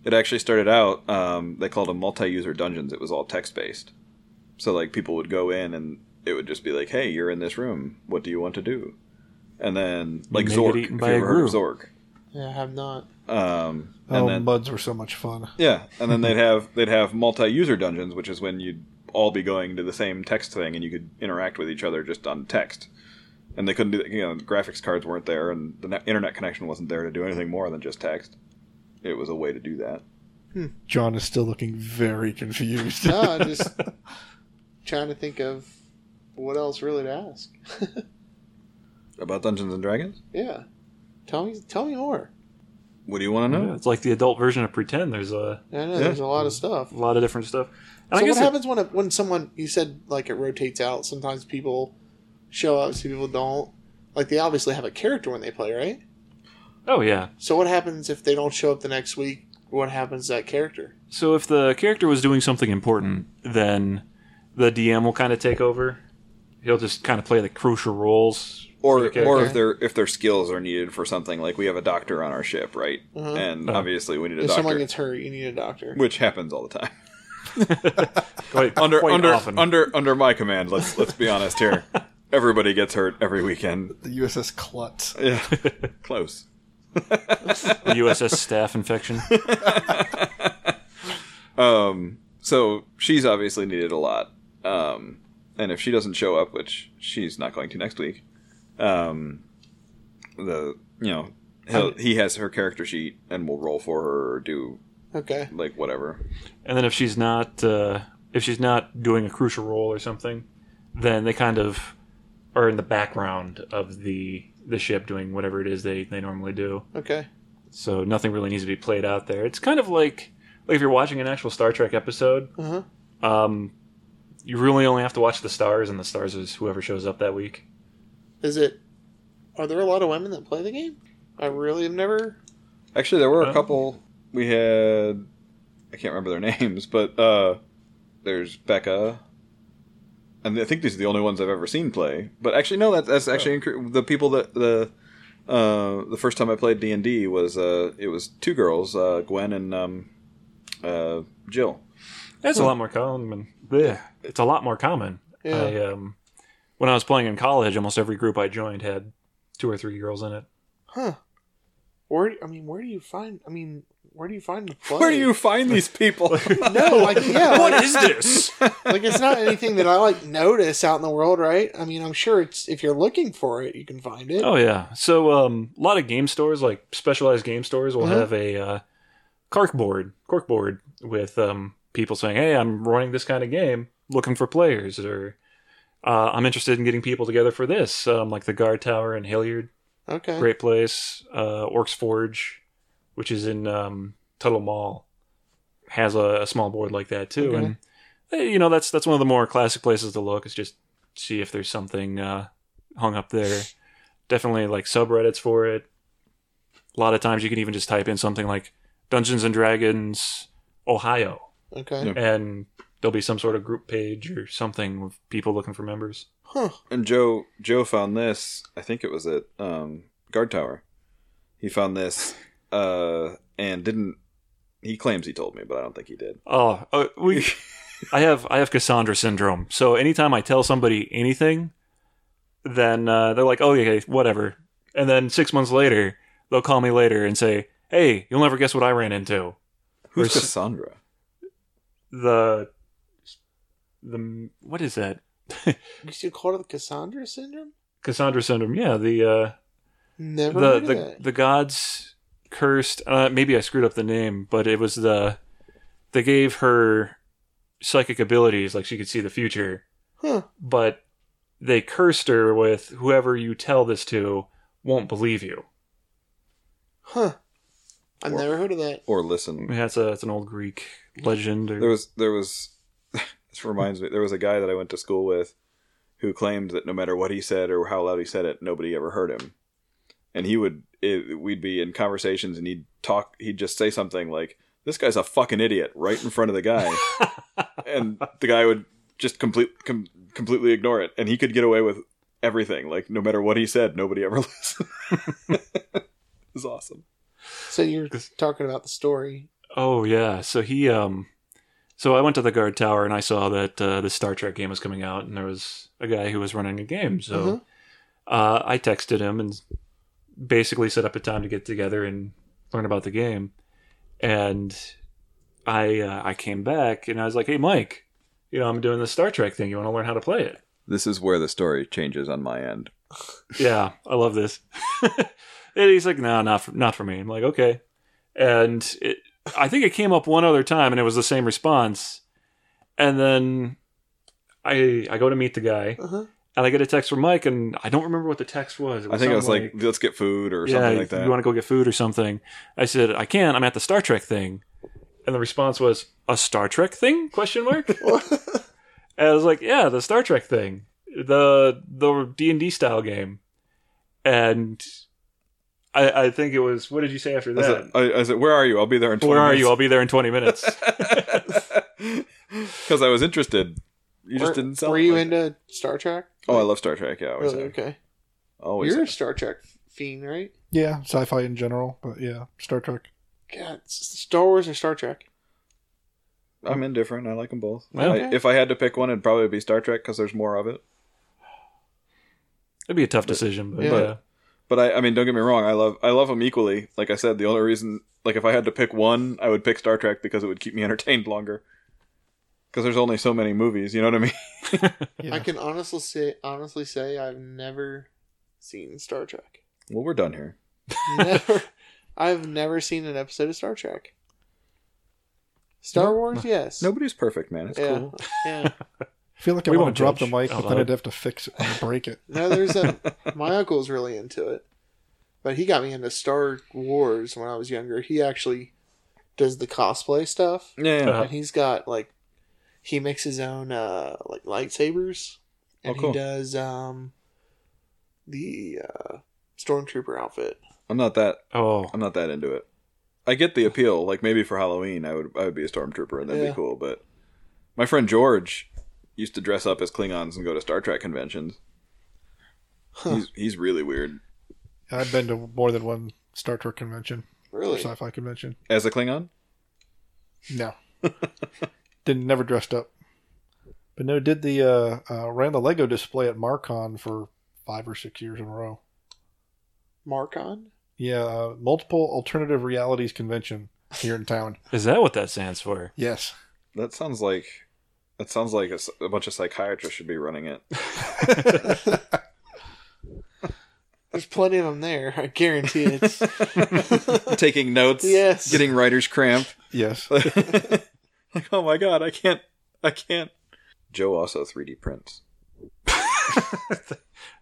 It actually started out. Um, they called them multi-user dungeons. It was all text-based, so like people would go in and it would just be like, "Hey, you're in this room. What do you want to do?" And then like
may get
Zork.
eaten
If you
by a
ever heard of Zork?
Yeah, I have
(laughs)
not.
Um, and
oh
then
muds were so much fun.
yeah, and
(laughs)
then they'd have they'd have multi-user dungeons, which is when you'd all be going to the same text thing, and you could interact with each other just on text. And they couldn't do you know graphics cards weren't there, and the net- internet connection wasn't there to do anything more than just text. It was a way to do that.
John is still looking
(laughs)
very confused.
No, I'm just trying to think of what else really to ask.
About Dungeons and Dragons,
yeah. Tell me. Tell me more.
what do you want to know?
Yeah, it's like the adult version of Pretend. There's a
I know there's a lot of stuff.
lot of different stuff. And
so
I guess
what
it-
happens when a, when someone you said like it rotates out? Sometimes people show up, some people don't. Like they obviously have a character when they play, right?
oh yeah.
So what happens if they don't show up the next week? What happens to that character?
So if the character was doing something important, then the DM will kind of take over. He'll just kind of play the crucial roles.
Or
Okay.
or
Okay.
if their if their skills are needed for something, like we have a doctor on our ship, right?
Uh-huh.
And
Oh.
obviously we need a
if
doctor,
someone gets hurt, you need a doctor.
which happens all the time.
(laughs) Quite,
under
quite
under
often.
under under my command. Let's let's be honest
(laughs)
here. Everybody gets hurt every weekend.
The USS Klutz.
Yeah, close.
the USS
(laughs)
staff infection.
Um, so she's obviously needed a lot. Um, and if she doesn't show up, which she's not going to next week, um, the you know he'll, he has her character sheet and will roll for her or do
Okay.
like whatever.
And then if she's not uh, if she's not doing a crucial role or something, then they kind of are in the background of the the ship doing whatever it is they, they normally do.
Okay.
So nothing really needs to be played out there. It's kind of like like if you're watching an actual Star Trek episode,
Uh huh.
um, you really only have to watch the stars, and the stars is whoever shows up that week.
Is it? Are there a lot of women that play the game? I really have never.
Actually, there were a
Oh.
couple. We had I can't remember their (laughs) names, but uh, there's Becca, and I think these are the only ones I've ever seen play. But actually, no, that, that's
Oh.
actually incre- the people that the uh, the first time I played D and D was uh, it was two girls, uh, Gwen and um, uh, Jill.
That's a lot more common. Yeah, it's a lot more common.
Yeah.
I, um, when I was playing in college, almost every group I joined had two or three girls in it.
Huh. Where? I mean, where do you find? I mean, where do you find the play?
(laughs) Where do you find these people?
(laughs) No, like yeah, like,
What is this?
like it's not anything that I like (laughs) notice out in the world, right? I mean, I'm sure it's if you're looking for it, you can find it.
Oh yeah. So um, a lot of game stores, like specialized game stores, will
Mhm.
have a uh, cork board, cork board with um, people saying, "Hey, I'm running this kind of game, looking for players," or uh, "I'm interested in getting people together for this," um, like the Guard Tower in Hilliard,
okay.
great place. Uh, Orcs Forge, which is in um, Tuttle Mall, has a, a small board like that too,
Okay.
and eh, you know that's that's one of the more classic places to look. Is just see if there's something uh, hung up there. Definitely like subreddits for it. A lot of times you can even just type in something like Dungeons and Dragons Ohio,
Okay.
Yeah.
and there'll be some sort of group page or something with people looking for members.
Huh.
and Joe Joe found this. I think it was at um, Guard Tower. He found this uh, and didn't. He claims he told me, but I don't think he did.
Oh, uh, we. I have I have Cassandra syndrome. So anytime I tell somebody anything, then uh, they're like, "Oh yeah, okay, whatever." And then six months later, they'll call me later and say, "Hey, you'll never guess what I ran into."
Who's
Or s-
Cassandra?
The the what is that?
You still call it the Cassandra syndrome?
Cassandra syndrome. Yeah, the uh,
Never
the
heard of
the,
that.
the gods cursed. Uh, maybe I screwed up the name, but it was the they gave her psychic abilities, like she could see the future.
Huh.
But they cursed her with whoever you tell this to won't believe you.
Huh. I've
Or-
never heard of that.
Or listen.
Yeah, it's a it's an old Greek legend. Or,
There was there was (laughs) this reminds me there was a guy that I went to school with who claimed that no matter what he said or how loud he said it, nobody ever heard him. And he would it, we'd be in conversations and he'd talk he'd just say something like this guy's a fucking idiot right in front of the guy. and the guy would just complete com- completely ignore it and he could get away with everything like no matter what he said nobody ever (laughs) listened. it's awesome.
So you're talking about the story.
Oh yeah, so he um, so I went to the guard tower and I saw that uh, the Star Trek game was coming out, and there was a guy who was running a game. So uh, I texted him and basically set up a time to get together and learn about the game. And I uh, I came back and I was like, Hey Mike, you know I'm doing this Star Trek thing. You want to learn how to play it?
This is where the story changes on my end.
yeah, I love this. (laughs) and he's like, no, not for, not for me. I'm like, okay. And it, I think it came up one other time, and it was the same response. And then I I go to meet the guy,
Uh huh.
and I get a text from Mike, and I don't remember what the text was.
I think it was
something
like, let's get food or
yeah,
something like that.
you want to go get food or something? I said, I can't. I'm at the Star Trek thing. And the response was, a Star Trek thing?
(laughs)
Question mark.
What?
And I was like, yeah, the Star Trek thing, the the D and D style game, and I, I think it was. What did you say after
I
that?
said, I, I said, where are you? I'll be there in 20
Where are you? I'll be there in
(laughs)
twenty minutes.
Because I was interested. You just
Were-
didn't sell
Were
it
you
like that.
into Star Trek?
Oh, I love Star Trek. Yeah, always
Really?
have.
Okay.
Always
You're a
have.
Star Trek fiend, right?
Yeah, sci-fi in general, but yeah, Star Trek.
God, S- Star Wars or Star Trek?
I'm indifferent. I like them both.
Okay.
I, if I had to pick one, it'd probably be Star Trek because there's more of it.
It'd be a tough decision, but
Yeah.
yeah.
But I, I mean, don't get me wrong. I love, I love them equally. Like I said, the only reason, like if I had to pick one, I would pick Star Trek because it would keep me (laughs) entertained longer. Because there's only so many movies. You know what I mean? (laughs)
Yeah.
I can honestly say, honestly say, I've never seen Star Trek.
Well, we're done here. (laughs)
Never. I've never seen an episode of Star Trek. Star
Nope.
Wars, yes.
Nobody's perfect, man. It's
yeah,
cool.
(laughs) yeah.
I feel like I
We
want
won't
to drop the
judge
mic,
out
but then
loud.
I'd have to fix it and break it.
No, there's a. My uncle's really into it, but he got me into Star Wars when I was younger. He actually does the cosplay stuff,
Yeah. yeah.
Uh,
and he's got like, he makes his own uh like lightsabers, and
Oh, cool.
he does um, the uh, stormtrooper outfit.
I'm not that
Oh,
I'm not that into it. I get the appeal. Like maybe for Halloween, I would I would be a stormtrooper and that'd
Yeah.
be cool. But my friend George used to dress up as Klingons and go to Star Trek conventions.
Huh.
He's he's really weird
I've been to more than one Star Trek convention, or
Really?
sci-fi convention.
as a Klingon.
No, didn't never dressed up, but no, did the uh, uh, ran the Lego display at Marcon for five or six years in a row.
Marcon?
Yeah, uh, multiple alternative realities convention here in town.
is that what that
(laughs)
stands for?
(laughs)
(laughs)
Yes,
That sounds like that sounds like a, s- a bunch of psychiatrists should be
(laughs)
running it.
There's plenty of them there. I guarantee it's
Taking
(laughs)
notes,
Yes.
getting
(laughs)
writer's cramp.
(laughs) yes.
like oh my god, I can't, I can't. Joe also 3D prints.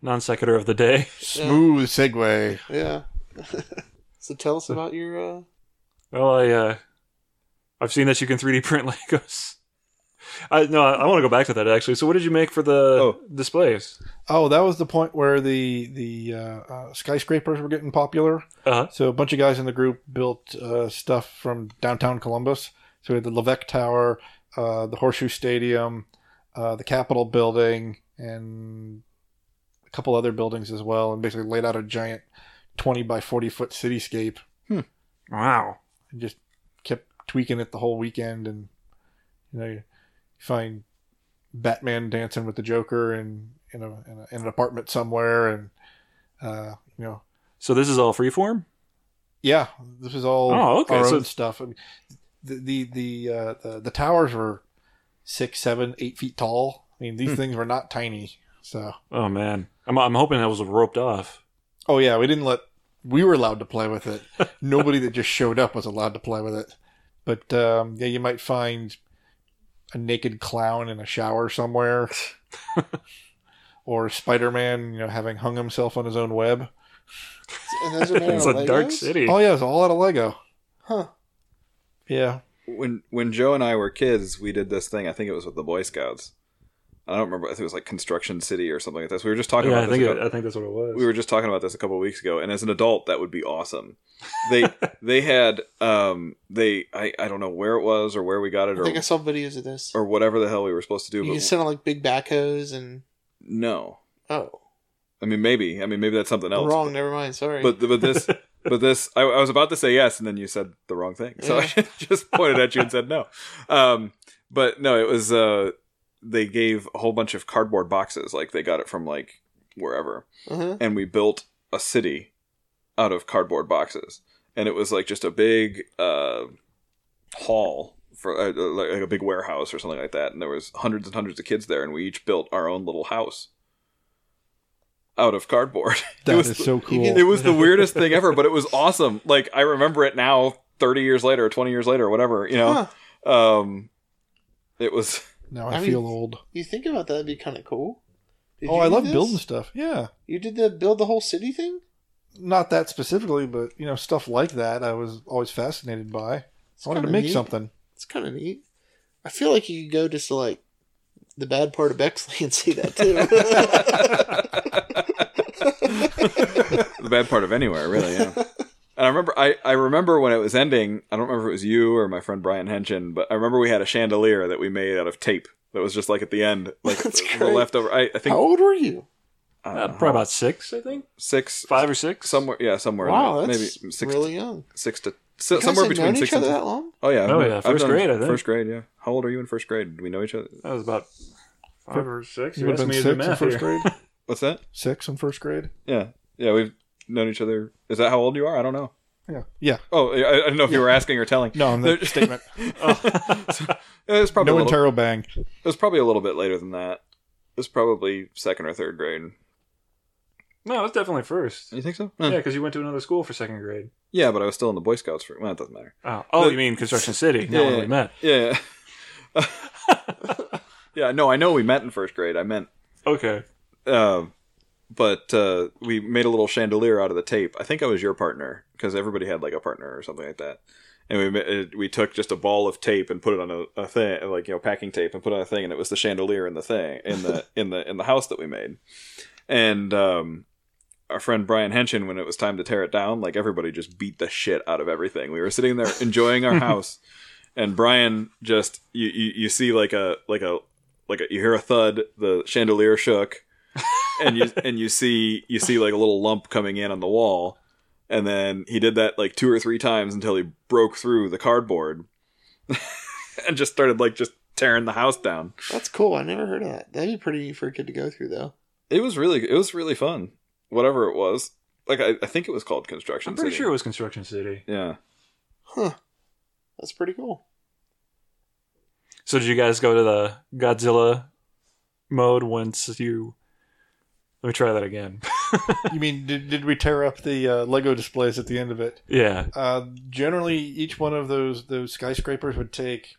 Non sequitur of the day.
(laughs) Smooth segue.
yeah. (laughs) so tell us about your. Uh...
Well, I uh, I've seen that you can 3D print (laughs) Legos. I no, I, want to go back to that actually. So, what did you make for the
Oh.
displays?
Oh, that was the point where the the uh, uh, skyscrapers were getting popular.
Uh,
So a bunch of guys in the group built uh, stuff from downtown Columbus. So we had the Levesque Tower, uh, the Horseshoe Stadium, uh, the Capitol Building, and a couple other buildings as well, and basically laid out a giant twenty by forty foot cityscape,
wow.
and just kept tweaking it the whole weekend. And you know, you find Batman dancing with the Joker in in, a, in, a, in an apartment somewhere, and uh, you know,
So this is all freeform.
Yeah, this is all
Oh, okay,
our
so-
own stuff. I mean, the the the, uh, the the towers were six, seven, eight feet tall. I mean, these
Hmm.
things were not tiny. So,
Oh man, I'm I'm hoping that was
(laughs)
roped off.
oh yeah, we didn't let we were allowed to play with (laughs) it. Nobody that just showed up was allowed to play with it. But um, yeah, you might find a naked clown in a shower (laughs) somewhere, or Spider Man, you know, having hung himself on his own web.
And those
(laughs)
are made
It's
out of
a dark
Legos?
city.
Oh yeah, it's all out of Lego.
Huh.
Yeah.
when when Joe and I were kids, we did this thing. I think it was with the Boy Scouts. I don't remember. I think it was like Construction City or something like this. We were just talking
yeah, I
about this.
think
a
it,
couple-
I think that's what it was.
we were just talking about this a couple weeks ago, and as an adult, that would be awesome.
(laughs)
They they had um they I, I don't know where it was or where we got it
I think I
or
saw videos of this.
or whatever the hell we were supposed to do.
You can
But
sit on like big backhoes and
no,
oh,
I mean maybe I mean maybe that's something else.
wrong. Never mind. Sorry.
But
(laughs)
but this but this I, I was about to say yes, and then you said the wrong thing, so (laughs) I just pointed at you and said no. Um, but no, it was uh, they gave a whole bunch of cardboard boxes, like they got it from like wherever,
uh-huh.
and we built a city out of cardboard boxes, and it was like just a big uh, hall for uh, like like a big warehouse or something like that, and there was hundreds and hundreds of kids there, and we each built our own little house out of cardboard.
that
it
is
was
so cool.
can-
(laughs) it was the weirdest thing ever, but it was awesome. Like I remember it now, thirty years later, twenty years later, whatever. You know,
Huh.
um, it was.
Now I,
I mean-
feel old.
You think about that? That'd be kind of cool. Did
Oh,
you
I
do
love
this?
building stuff. Yeah,
You did the build the whole city thing.
not that specifically, but you know, stuff like that. I was always fascinated by.
It's
I wanted to
kinda
make
neat.
something.
It's kind of neat. I feel like you could go just to like the bad part of Bexley and see that (laughs) too.
the bad part of anywhere, really. Yeah. And I remember, I, I remember when it was ending. I don't remember if it was you or my friend Brian Henson, but I remember we had a chandelier that we made out of tape that was just like at the end, like
That's
the, the
great.
leftover. I, I (laughs) think
How old were you?
I don't
Uh,
know,
probably about six, I think,
six,
five or six.
somewhere. Yeah, somewhere. in
Wow,
there.
that's
maybe six,
really young.
six to si-
You guys
somewhere
had
between
known
six
each other
and
that long.
Oh yeah.
Oh,
I've-
yeah,
I've
first
done
grade, I think.
First grade. Yeah. How old are you in first grade? Do we know each other?
That was about five or six.
You
You
would have
asked
been
me to
six
do
in
math (laughs)
first
here.
grade.
What's that?
Six in first grade.
Yeah. Yeah. We've known each other. Is that how old you are? I don't know.
Yeah, yeah.
Oh, I, I didn't know if you were asking or telling.
No, in
(laughs)
the statement.
Uh,
Oh.
It was probably a
No
little,
internal bang.
it was probably a little bit later than that. It was probably second or third grade.
(laughs) No, it was definitely first.
You think so?
Yeah,
Eh.
because you went to another school for second grade.
Yeah, but I was still in the Boy Scouts for. Well, it doesn't matter.
Oh, oh
The-
you mean Construction City? Not
Yeah.
when we met.
Yeah. yeah. (laughs) No, I know we met in first grade. I meant
Okay.
Um, but uh, we made a little chandelier out of the tape. I think I was your partner because everybody had like a partner or something like that. And we ma- it- we took just a ball of tape and put it on a, a thing, like you know, packing tape, and put it on a thing, and it was the chandelier in the thing in the in the in the house that we made. And um, our friend Brian Henson, when it was time to tear it down, like everybody just beat the shit out of everything. We were sitting there enjoying our house, and Brian just you, you you see like a like a like a you hear a thud, the chandelier shook, and
(laughs)
you and you see you see like a little lump coming in on the wall, and then he did that like two or three times until he broke through the cardboard, (laughs) and just started like just tearing the house down.
That's cool. I never heard of that. That'd be pretty for a kid to go through, though.
It was really it was really fun, whatever it was. Like I, I think it was called construction.
I'm pretty
City.
sure it was Construction City.
Yeah.
Huh. That's pretty cool.
So did you guys go to the Godzilla mode once you? Let me try that again. (laughs)
You mean did, did we tear up the uh, Lego displays at the end of it?
yeah.
Uh, generally, each one of those those skyscrapers would take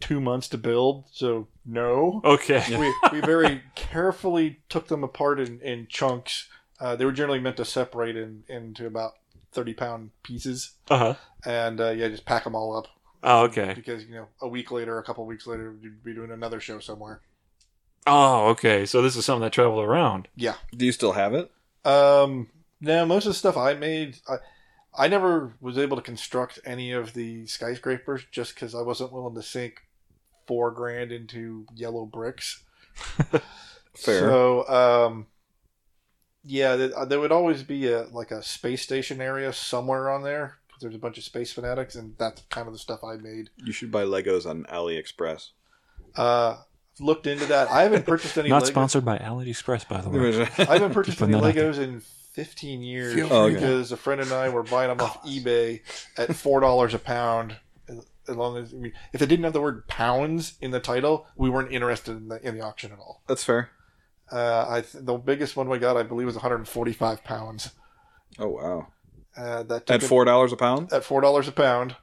two months to build. So no.
Okay.
we, we very carefully took them apart in, in chunks. Uh, they were generally meant to separate in, into about 30 pound pieces
Uh huh.
and uh, yeah, just pack them all up
Oh, okay.
because, you know, a week later, a couple weeks later, you'd be doing another show somewhere.
Oh, okay. So this is something that traveled around.
Do you still have it?
Um, now, most of the stuff I made, I, I never was able to construct any of the skyscrapers just because I wasn't willing to sink four grand into yellow bricks.
Fair.
So, um, yeah, th- uh, there would always be a like a space station area somewhere on there. 'cause There's a bunch of space fanatics, and that's kind of the stuff I made.
you should buy Legos on AliExpress.
(laughs) Uh, I've looked into that. I haven't purchased any.
Not
Legos.
sponsored by AliExpress, by the way.
(laughs)
I haven't purchased
Just
any
putting that out
Legos in 15 years
Feel
free to-
because a friend and I were buying them off eBay at four dollars a pound. As as long as we, if they didn't have the word pounds in the title, we weren't interested in the, in the auction at all.
That's fair.
Uh, I th- the biggest one we got, I believe, was 145 pounds.
Oh wow.
Uh, that took
At
it- Uh,
four dollars a pound.
at four dollars a pound.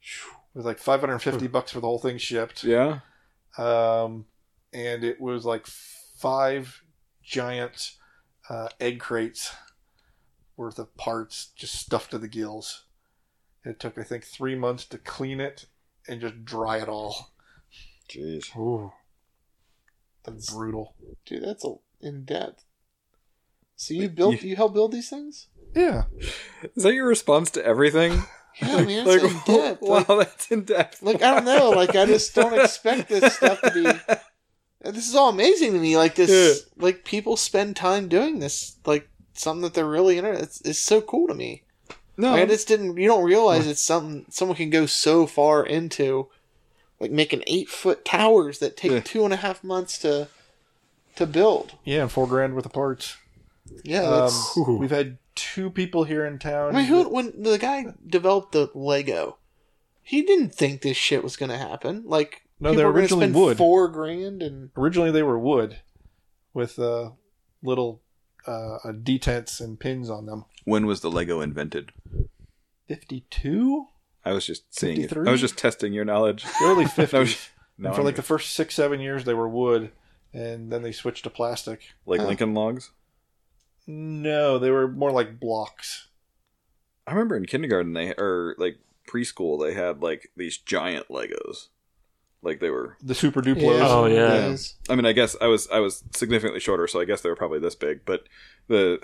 It was like 550 bucks for the whole thing shipped.
Yeah.
um, and it was like five giant uh, egg crates worth of parts just stuffed to the gills. It took, I think, three months to clean it and just dry it all.
Jeez.
Ooh.
That's brutal.
Dude, that's a, in depth. So you built, you, helped build these things?
Yeah,
Is that your response to everything?
Yeah, man,
like,
it's in
(laughs)
depth.
wow,
Like,
that's in depth.
like, I don't know. Like, I just don't expect this stuff to be. This is all amazing to me. Like this, like people spend time doing this, like something that they're really into. It's, it's so cool to me.
(laughs) No,
Like, I just didn't. You don't realize it's something someone can go so far into, like making eight foot towers that take
Yeah.
two and a half months to, to build.
yeah, and four grand worth of parts.
Yeah,
Um,
that's.
Ooh.
we've had two people here in town.
I mean, who when the guy developed the Lego, he didn't think this shit was gonna happen. Like,
No,
people
they
were gonna
originally
spend
would.
four grand and
originally they were wood with uh, little uh, uh, detents and pins on them.
When was the Lego invented?
Fifty-two,
I was just seeing. It.
53?
I was just testing your knowledge.
early
I
fifties.
was- Now
and for
I'm
like the first six, seven years, they were wood, and then they switched to plastic.
like
Huh.
Lincoln logs.
No, they were more like blocks.
I remember in kindergarten they or like preschool they had like these giant Legos. Like they were.
The super duplos.
Oh, yeah.
is.
I mean, I guess I was I was significantly shorter, so I guess they were probably this big. But the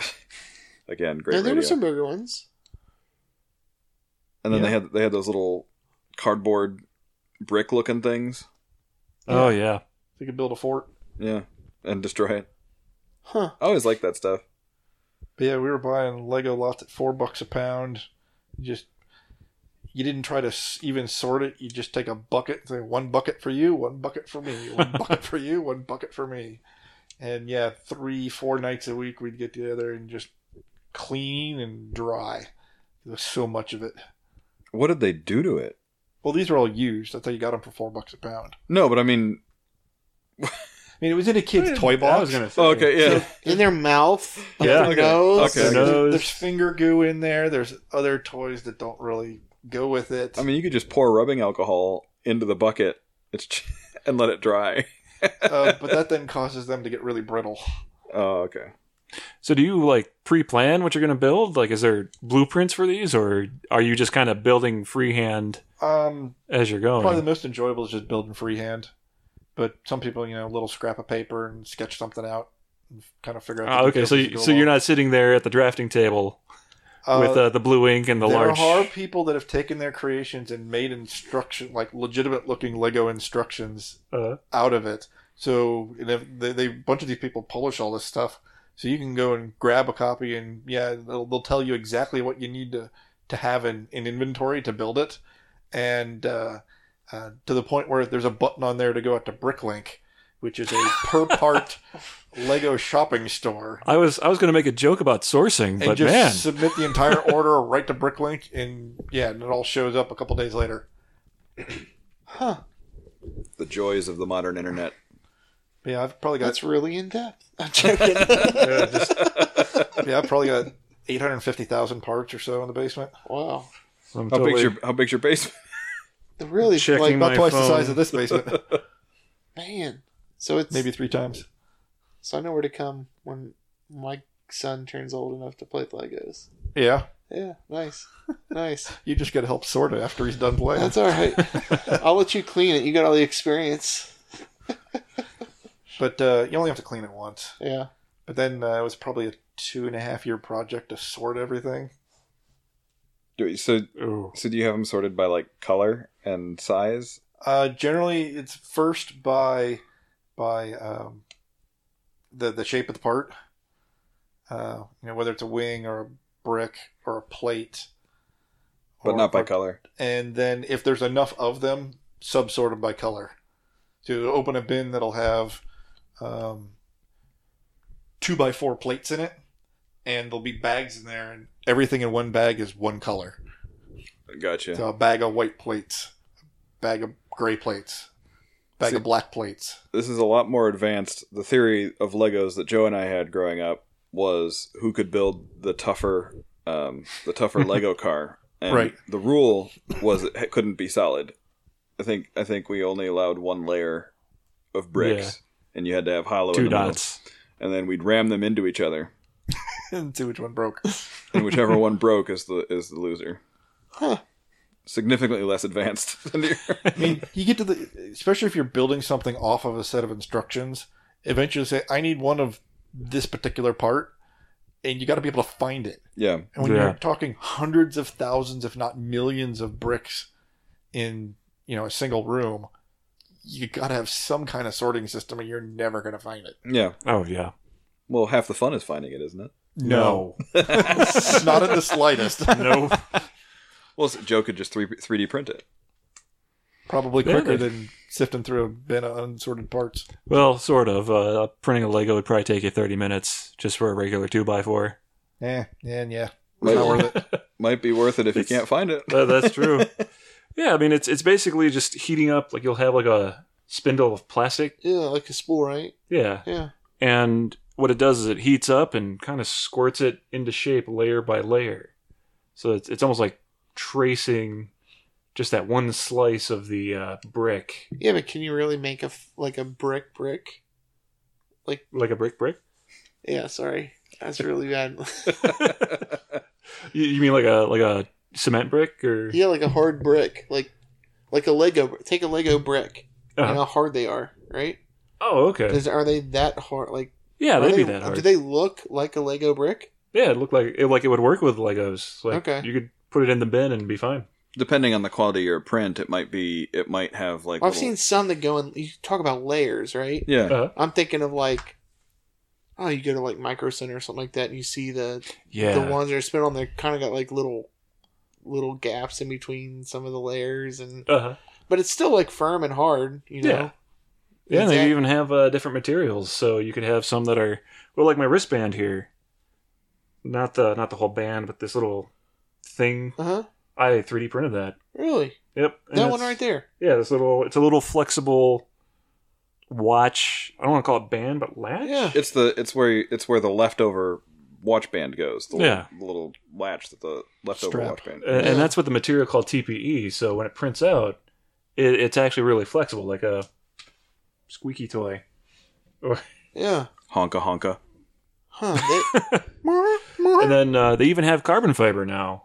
(laughs) again, great
No, there
radio.
were some bigger ones.
and then
Yeah.
they had they had those little cardboard brick looking things.
Oh yeah.
They could build a fort.
Yeah, and destroy it.
Huh.
I always like that stuff.
But yeah, we were buying Lego lots at four bucks a pound. You just you didn't try to s- even sort it. You just take a bucket, and say one bucket for you, one bucket for me,
(laughs)
one bucket for you, one bucket for me. And yeah, three, four nights a week we'd get together and just clean and dry. There was so much of it.
What did they do to it?
Well, these are all used. I thought you got them for four bucks a pound.
No, but I mean,
I mean, it was in a kid's toy box.
I was gonna say.
oh, okay, yeah,
In their mouth, up
Yeah.
their
Okay.
nose.
Okay.
Their nose.
There's finger goo in there. There's other toys that don't really go with it.
I mean, you could just pour rubbing alcohol into the bucket, it's ch- (laughs) and let it dry.
uh, but that then causes them to get really brittle.
Oh, okay.
So do you like pre-plan what you're going to build? Like, is there blueprints for these, or are you just kind of building freehand
Um,
as you're going?
Probably the most enjoyable is just building freehand. But some people, you know, a little scrap of paper and sketch something out and kind of figure out.
Ah, okay, so you, so you're not sitting there at the drafting table with uh, the blue ink and the
there
large.
are people that have taken their creations and made instruction, like legitimate looking Lego instructions
Uh,
out of it. So and if they, they a bunch of these people publish all this stuff, so you can go and grab a copy and yeah, they'll, they'll tell you exactly what you need to to have in, in inventory to build it, and uh, uh, to the point where there's a button on there to go out to Bricklink, which
(laughs)
is a per part Lego shopping store.
I was I was going to make a joke about sourcing,
And
but
just
man, (laughs)
submit the entire order right to Bricklink, and yeah, and it all shows up a couple days later.
Huh.
The joys of the modern (laughs) internet.
But yeah, I've probably got
That's really in depth. (laughs) I'm joking.
Yeah, just- yeah, I've probably got 850,000 parts or so in the basement.
wow.
I'm
How
totally-
big's your How big's your basement?
The really
Checking
like
my-
About twice the
phone.
size of this basement.
(laughs)
man. So it's
Maybe three times.
so I know where to come when my son turns old enough to play with Legos.
Yeah.
Yeah, nice, nice.
You just got to help sort it after he's done playing.
That's all right. I'll let you clean it. You got all the experience.
But uh, you only have to clean it once.
Yeah.
But then uh, it was probably a two and a half year project to sort everything.
(laughs) Do you- So,
Ooh.
so do you have them sorted by like color and size?
Uh, generally, it's first by by um, the the shape of the part. Uh, you know, whether it's a wing or a brick or a plate.
But
or-
not by
or-
color.
and then if there's enough of them, subsort them by color. To open a bin that'll have um, two by four plates in it, and there'll be bags in there, and everything in one bag is one color.
Gotcha.
So a bag of white plates, bag of gray plates, bag
See-
of black (laughs) plates.
this is a lot more advanced. The theory of Legos that Joe and I had growing up was who could build the tougher, um, the
(laughs)
tougher Lego car. And
Right.
The rule was it couldn't be solid. I think I think we only allowed one layer of bricks, and you had to have hollow in
Two
the middle.
dots.
and then we'd ram them into each other,
and see which one broke.
and
(laughs)
whichever one broke is the is the loser.
Huh.
Significantly less advanced (laughs) than
(laughs)
your-
I mean, (laughs) you get to the especially if you're building something off of a set of instructions. Eventually, say, I need one of this particular part, and you got to be able to find it.
yeah.
And when
Yeah.
you're talking hundreds of thousands, if not millions, of bricks in you know a single room, you got to have some kind of sorting system, and you're never going to find it. (laughs)
Yeah.
Oh yeah.
Well, half the fun is finding it, isn't it?
(laughs)
not in the slightest.
no.
Well, Joe could just three three D print it.
Probably
There
quicker
it is.
than sifting through a bin of unsorted parts.
Well, sort of. Uh, printing a Lego would probably take you 30 minutes just for a regular 2x4.
Eh, and yeah,
Might,
not worth it.
(laughs)
might be worth it if
It's-
you can't find it. (laughs)
That- that's true. (laughs) yeah, I mean, it's it's basically just heating up. Like you'll have like a spindle of plastic.
Yeah, like a spool, right?
Yeah,
Yeah.
and what it does is it heats up and kind of squirts it into shape layer by layer. So it's it's almost like tracing just that one slice of the uh, brick,
Yeah, but can you really make a f- like a brick brick?
like a
(laughs)
brick brick.
Yeah, sorry. That's really bad. (laughs)
You, you mean like a like a cement brick or?
yeah, like a hard brick, like like a Lego. br- Take a Lego brick.
Uh-huh.
And how hard they are, right?
Oh, okay.
Is- are they that hard? Like,
Yeah,
are
they'd
they,
be that hard.
do they look like a Lego brick?
yeah, it looked like it like it would work with Legos. Like
Okay.
you could put it in the bin and be fine.
Depending on the quality of your print, it might be it might have like
I've
little-
seen some that go in. You talk about layers, right?
(laughs) yeah.
Uh,
I'm thinking of like, oh, you go to like Micro Center or something like that, and you see the
yeah.
the ones that are spent on. They're kind of got like little little gaps in between some of the layers, and
uh-huh.
but it's still like firm and hard, you know.
Yeah. Yeah, and they
Exact-
even have uh, different materials, so you could have some that are well, like my wristband here. Not the not the whole band, but this little thing.
Uh huh.
I 3D printed that.
Really,
Yep, and
that
it's-
one right there.
Yeah, this little it's a little flexible watch. I don't want to call it band, but latch.
Yeah.
It's the it's where you- it's where the leftover watch band goes. The
Yeah. Uh,
little, the little latch that the leftover
Strap.
watch band.
A- and, that's what the material called TPE. So when it prints out, it, it's actually really flexible, like a squeaky toy.
Yeah.
honka honka.
(laughs)
Huh.
And
They,
then uh, they even have carbon fiber now,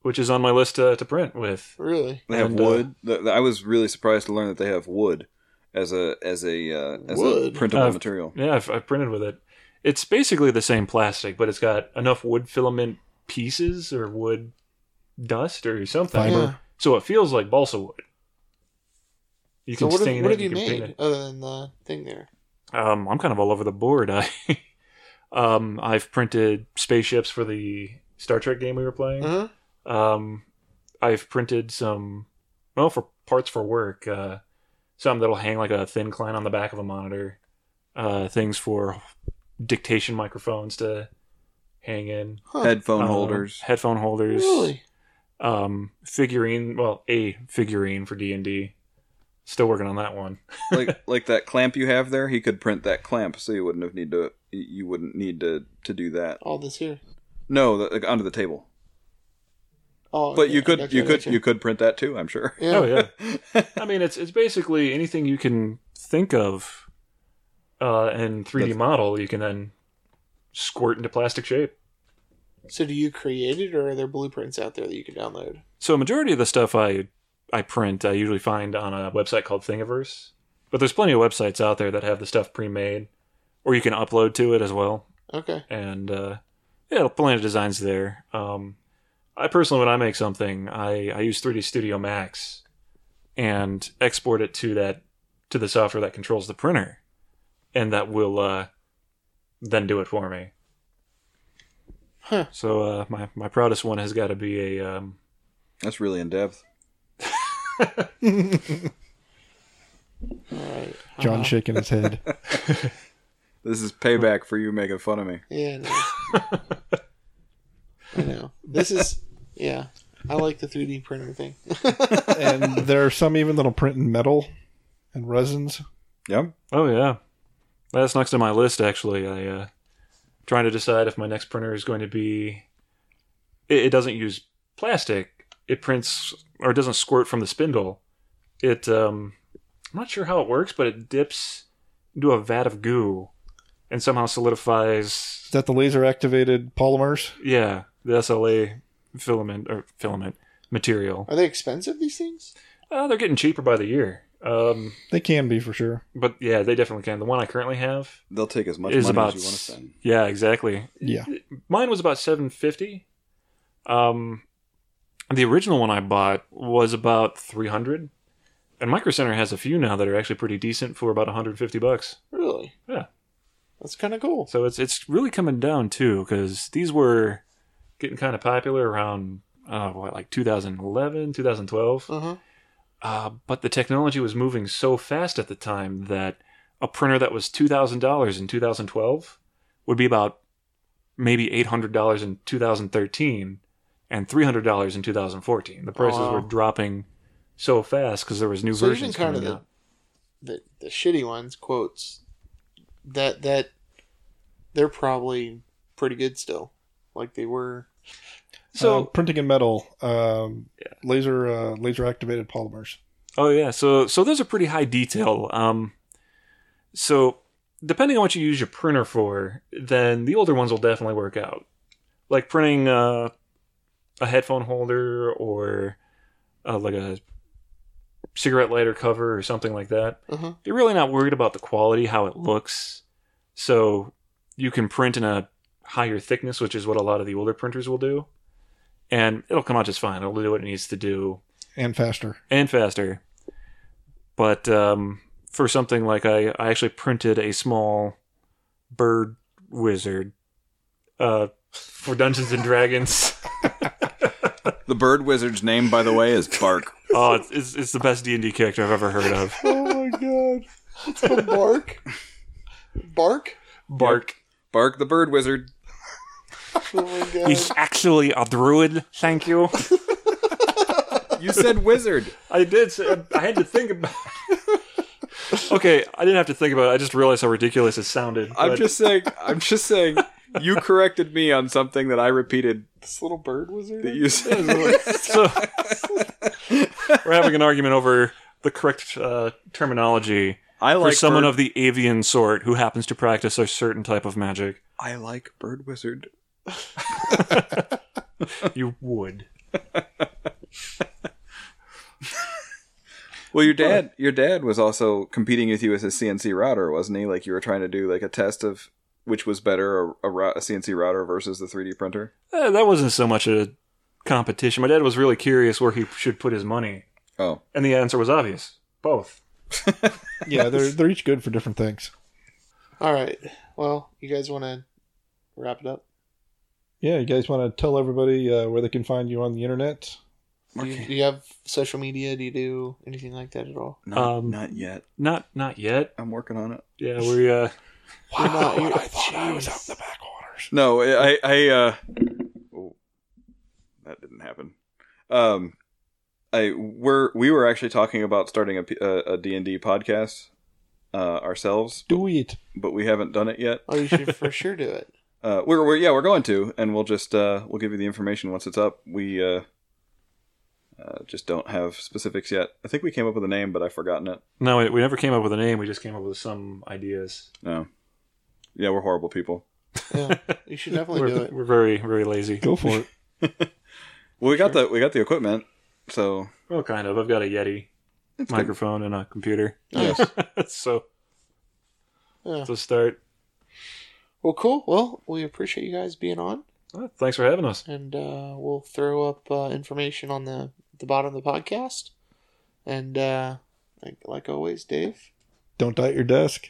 which is on my list uh, to print with.
really.
They have
And, uh,
wood. The- the- I was really surprised to learn that they have wood as a as a uh, as
Wood?
a printable
Uh,
material.
Yeah, I've, I've printed with it. It's basically the same plastic, but it's got enough wood filament pieces or wood dust or something,
Fiber.
Yeah.
so it feels like balsa wood. You
So
can
what have,
stain
what have
it.
you
you can paint
made
it.
other than the thing there?
Um, I'm kind of all over the board. (laughs) I, um, I've printed spaceships for the Star Trek game we were playing.
Uh huh.
Um, I've printed some, well, for parts for work, uh, some that'll hang like a thin client on the back of a monitor, uh, things for dictation microphones to hang in,
huh.
Headphone
um,
holders.
headphone holders,
Really?
um, figurine, well, a figurine for D and D. Still working on that one.
like like that clamp you have there, he could print that clamp, so you wouldn't have need to you wouldn't need to to do that.
All this here.
No, the, like, under the table.
Oh,
But
okay,
you could
I gotcha,
you
I
could
gotcha.
you could print that too. I'm sure. (laughs)
Yeah.
Oh yeah. I mean, it's it's basically anything you can think of, uh, in 3D
That's-
model you can then squirt into plastic shape.
So do you create it, or are there blueprints out there that you can download?
So a majority of the stuff I I print, I usually find on a website called Thingiverse. But there's plenty of websites out there that have the stuff pre-made, or you can upload to it as well.
Okay.
And uh, yeah, plenty of designs there. Um, I personally, when I make something, I, I use 3D Studio Max and export it to that to the software that controls the printer, and that will uh, then do it for me.
Huh.
So uh, my my proudest one has got to be a um,
That's really in depth.
All right.
John
Uh,
(laughs) shaking his head.
This is payback for you making fun of me.
Yeah. No.
(laughs)
I know. This is yeah. I like the 3D printer thing.
and there are some even that'll print in metal and resins.
Yep.
Oh yeah, that's next to my list. Actually, I uh, trying to decide if my next printer is going to be. It, it doesn't use plastic. It prints or it doesn't squirt from the spindle. It um, I'm not sure how it works, but it dips into a vat of goo, and somehow solidifies.
Is that the laser activated polymers?
Yeah, the SLA filament or filament material.
Are they expensive? These things?
Uh, they're getting cheaper by the year. Um,
They can be for sure.
but yeah, they definitely can. The one I currently have
They'll take as much
is
money as
about
you want to spend.
yeah, exactly.
Yeah.
mine was about 750 um the original one i bought was about 300 and micro center has a few now that are actually pretty decent for about 150 bucks
Really?
Yeah.
That's kind of cool.
so it's it's really coming down too because these were getting kind of popular around uh, what like 2011 2012
Uh huh.
uh, but the technology was moving so fast at the time that a printer that was $2000 in 2012 would be about maybe $800 in 2013 and $300 in 2014 the prices
Oh, Wow.
were dropping so fast because there was new
So even
versions
kind of
coming
the-
out
The the shitty ones quotes that that they're probably pretty good still, like they were.
So
so
Uh, printing in metal, um, laser uh, laser activated polymers.
Oh yeah, so so those are pretty high detail. Um, so depending on what you use your printer for, then the older ones will definitely work out. Like printing uh, a headphone holder or uh, like a cigarette lighter cover or something like that.
Uh-huh.
You're really not worried about the quality, how it looks. So you can print in a higher thickness, which is what a lot of the older printers will do, and it'll come out just fine. It'll do what it needs to do
and faster.
and faster. But um, for something like I, I actually printed a small bird wizard uh, for Dungeons and Dragons. (laughs)
The bird wizard's name, by the way, is Bark.
oh, it's, it's, it's the best D and D character I've ever heard of.
Oh my god!
It's called bark. (laughs) bark.
Bark.
(laughs) Bark the bird wizard.
Oh my god.
He's actually a druid. Thank you.
You said wizard.
I did. Say, I had to think about. okay, I didn't have to think about it. I just realized how ridiculous it sounded.
I'm
but-
just saying. I'm just saying. You corrected me on something that I repeated
This little bird wizard.
that
(laughs)
you said.
so we're having an argument over the correct uh, terminology
I
for
like
someone
bird-
of the avian sort who happens to practice a certain type of magic.
I like bird wizard.
(laughs) You would.
(laughs) Well, your dad, your dad was also competing with you as a CNC router, wasn't he? Like you were trying to do like a test of which was better, a, a, rou- a CNC router versus the 3D printer.
Eh, that wasn't so much a competition. My dad was really curious where he should put his money,
Oh,
and the answer was obvious: both.
Yeah, they're they're each good for different things.
All right. Well, you guys want to wrap it up?
Yeah, you guys want to tell everybody uh, where they can find you on the internet?
Do you, do you have social media? Do you do anything like that at all?
not,
Um,
not yet.
Not, not yet.
I'm working on it.
Yeah, we. Uh,
Wow, not- you- I
thought
I was out
in the backwaters.
No, I, I, I uh, oh, that didn't happen. Um, I we're we were actually talking about starting a P- a a D and D podcast uh, ourselves,
Do it.
but we haven't done it yet.
Oh, you should
(laughs)
for sure do it.
Uh, we're, we're yeah, we're going to, and we'll just uh, we'll give you the information once it's up. We uh, uh, just don't have specifics yet. I think we came up with a name, but I've forgotten it.
no, we, we never came up with a name. We just came up with some ideas.
No, yeah, we're horrible people.
Yeah, you should definitely do
Uh, We're, (laughs)
it.
we're very, very lazy.
Go for it.
Well, we got the we got the equipment, so
Well, kind of. I've got a Yeti
it's good.
microphone and a computer. (laughs)
Nice.
so
Yeah.
to start.
Well, cool. Well, we appreciate you guys being on,
Well, thanks for having us.
and uh, we'll throw up uh, information on the the bottom of the podcast. And uh, like, like always, Dave.
(laughs) Don't die at your desk.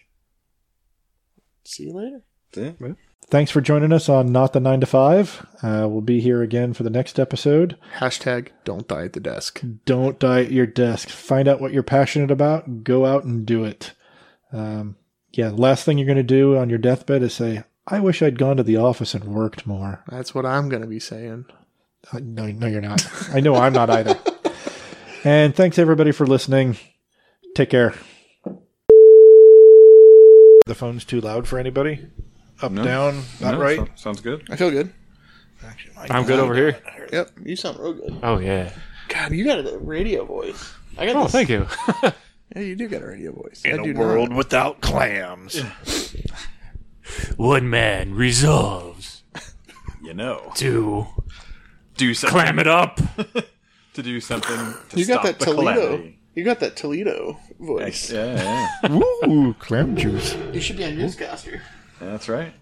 See you later.
Yeah.
Thanks for joining us on Not the Nine to Five. Uh, we'll be here again for the next episode.
Hashtag don't die at the desk.
Don't die at your desk. Find out what you're passionate about. Go out and do it. Um, yeah, the last thing you're going to do on your deathbed is say, I wish I'd gone to the office and worked more.
That's what I'm going to be saying.
Uh, no, no, you're not. I know I'm
(laughs)
not either. And thanks everybody for listening. Take care. The phone's too loud for anybody. Up,
No.
down, not
No,
right.
so- sounds good.
I feel good.
Actually, my
I'm good over here.
Yep, you sound real good.
Oh yeah.
God, you got a radio voice. I got
Oh,
this-
thank you.
(laughs) Yeah, you do got a radio voice.
In
I
a
do
world without clams.
One man resolves
You know,
to
do something
clam it up.
(laughs) to do something to
Not. You got
stop
that
the
Toledo.
calamity.
You got that Toledo voice.
Yeah, yeah,
Ooh, clam juice.
You should be a newscaster.
that's right.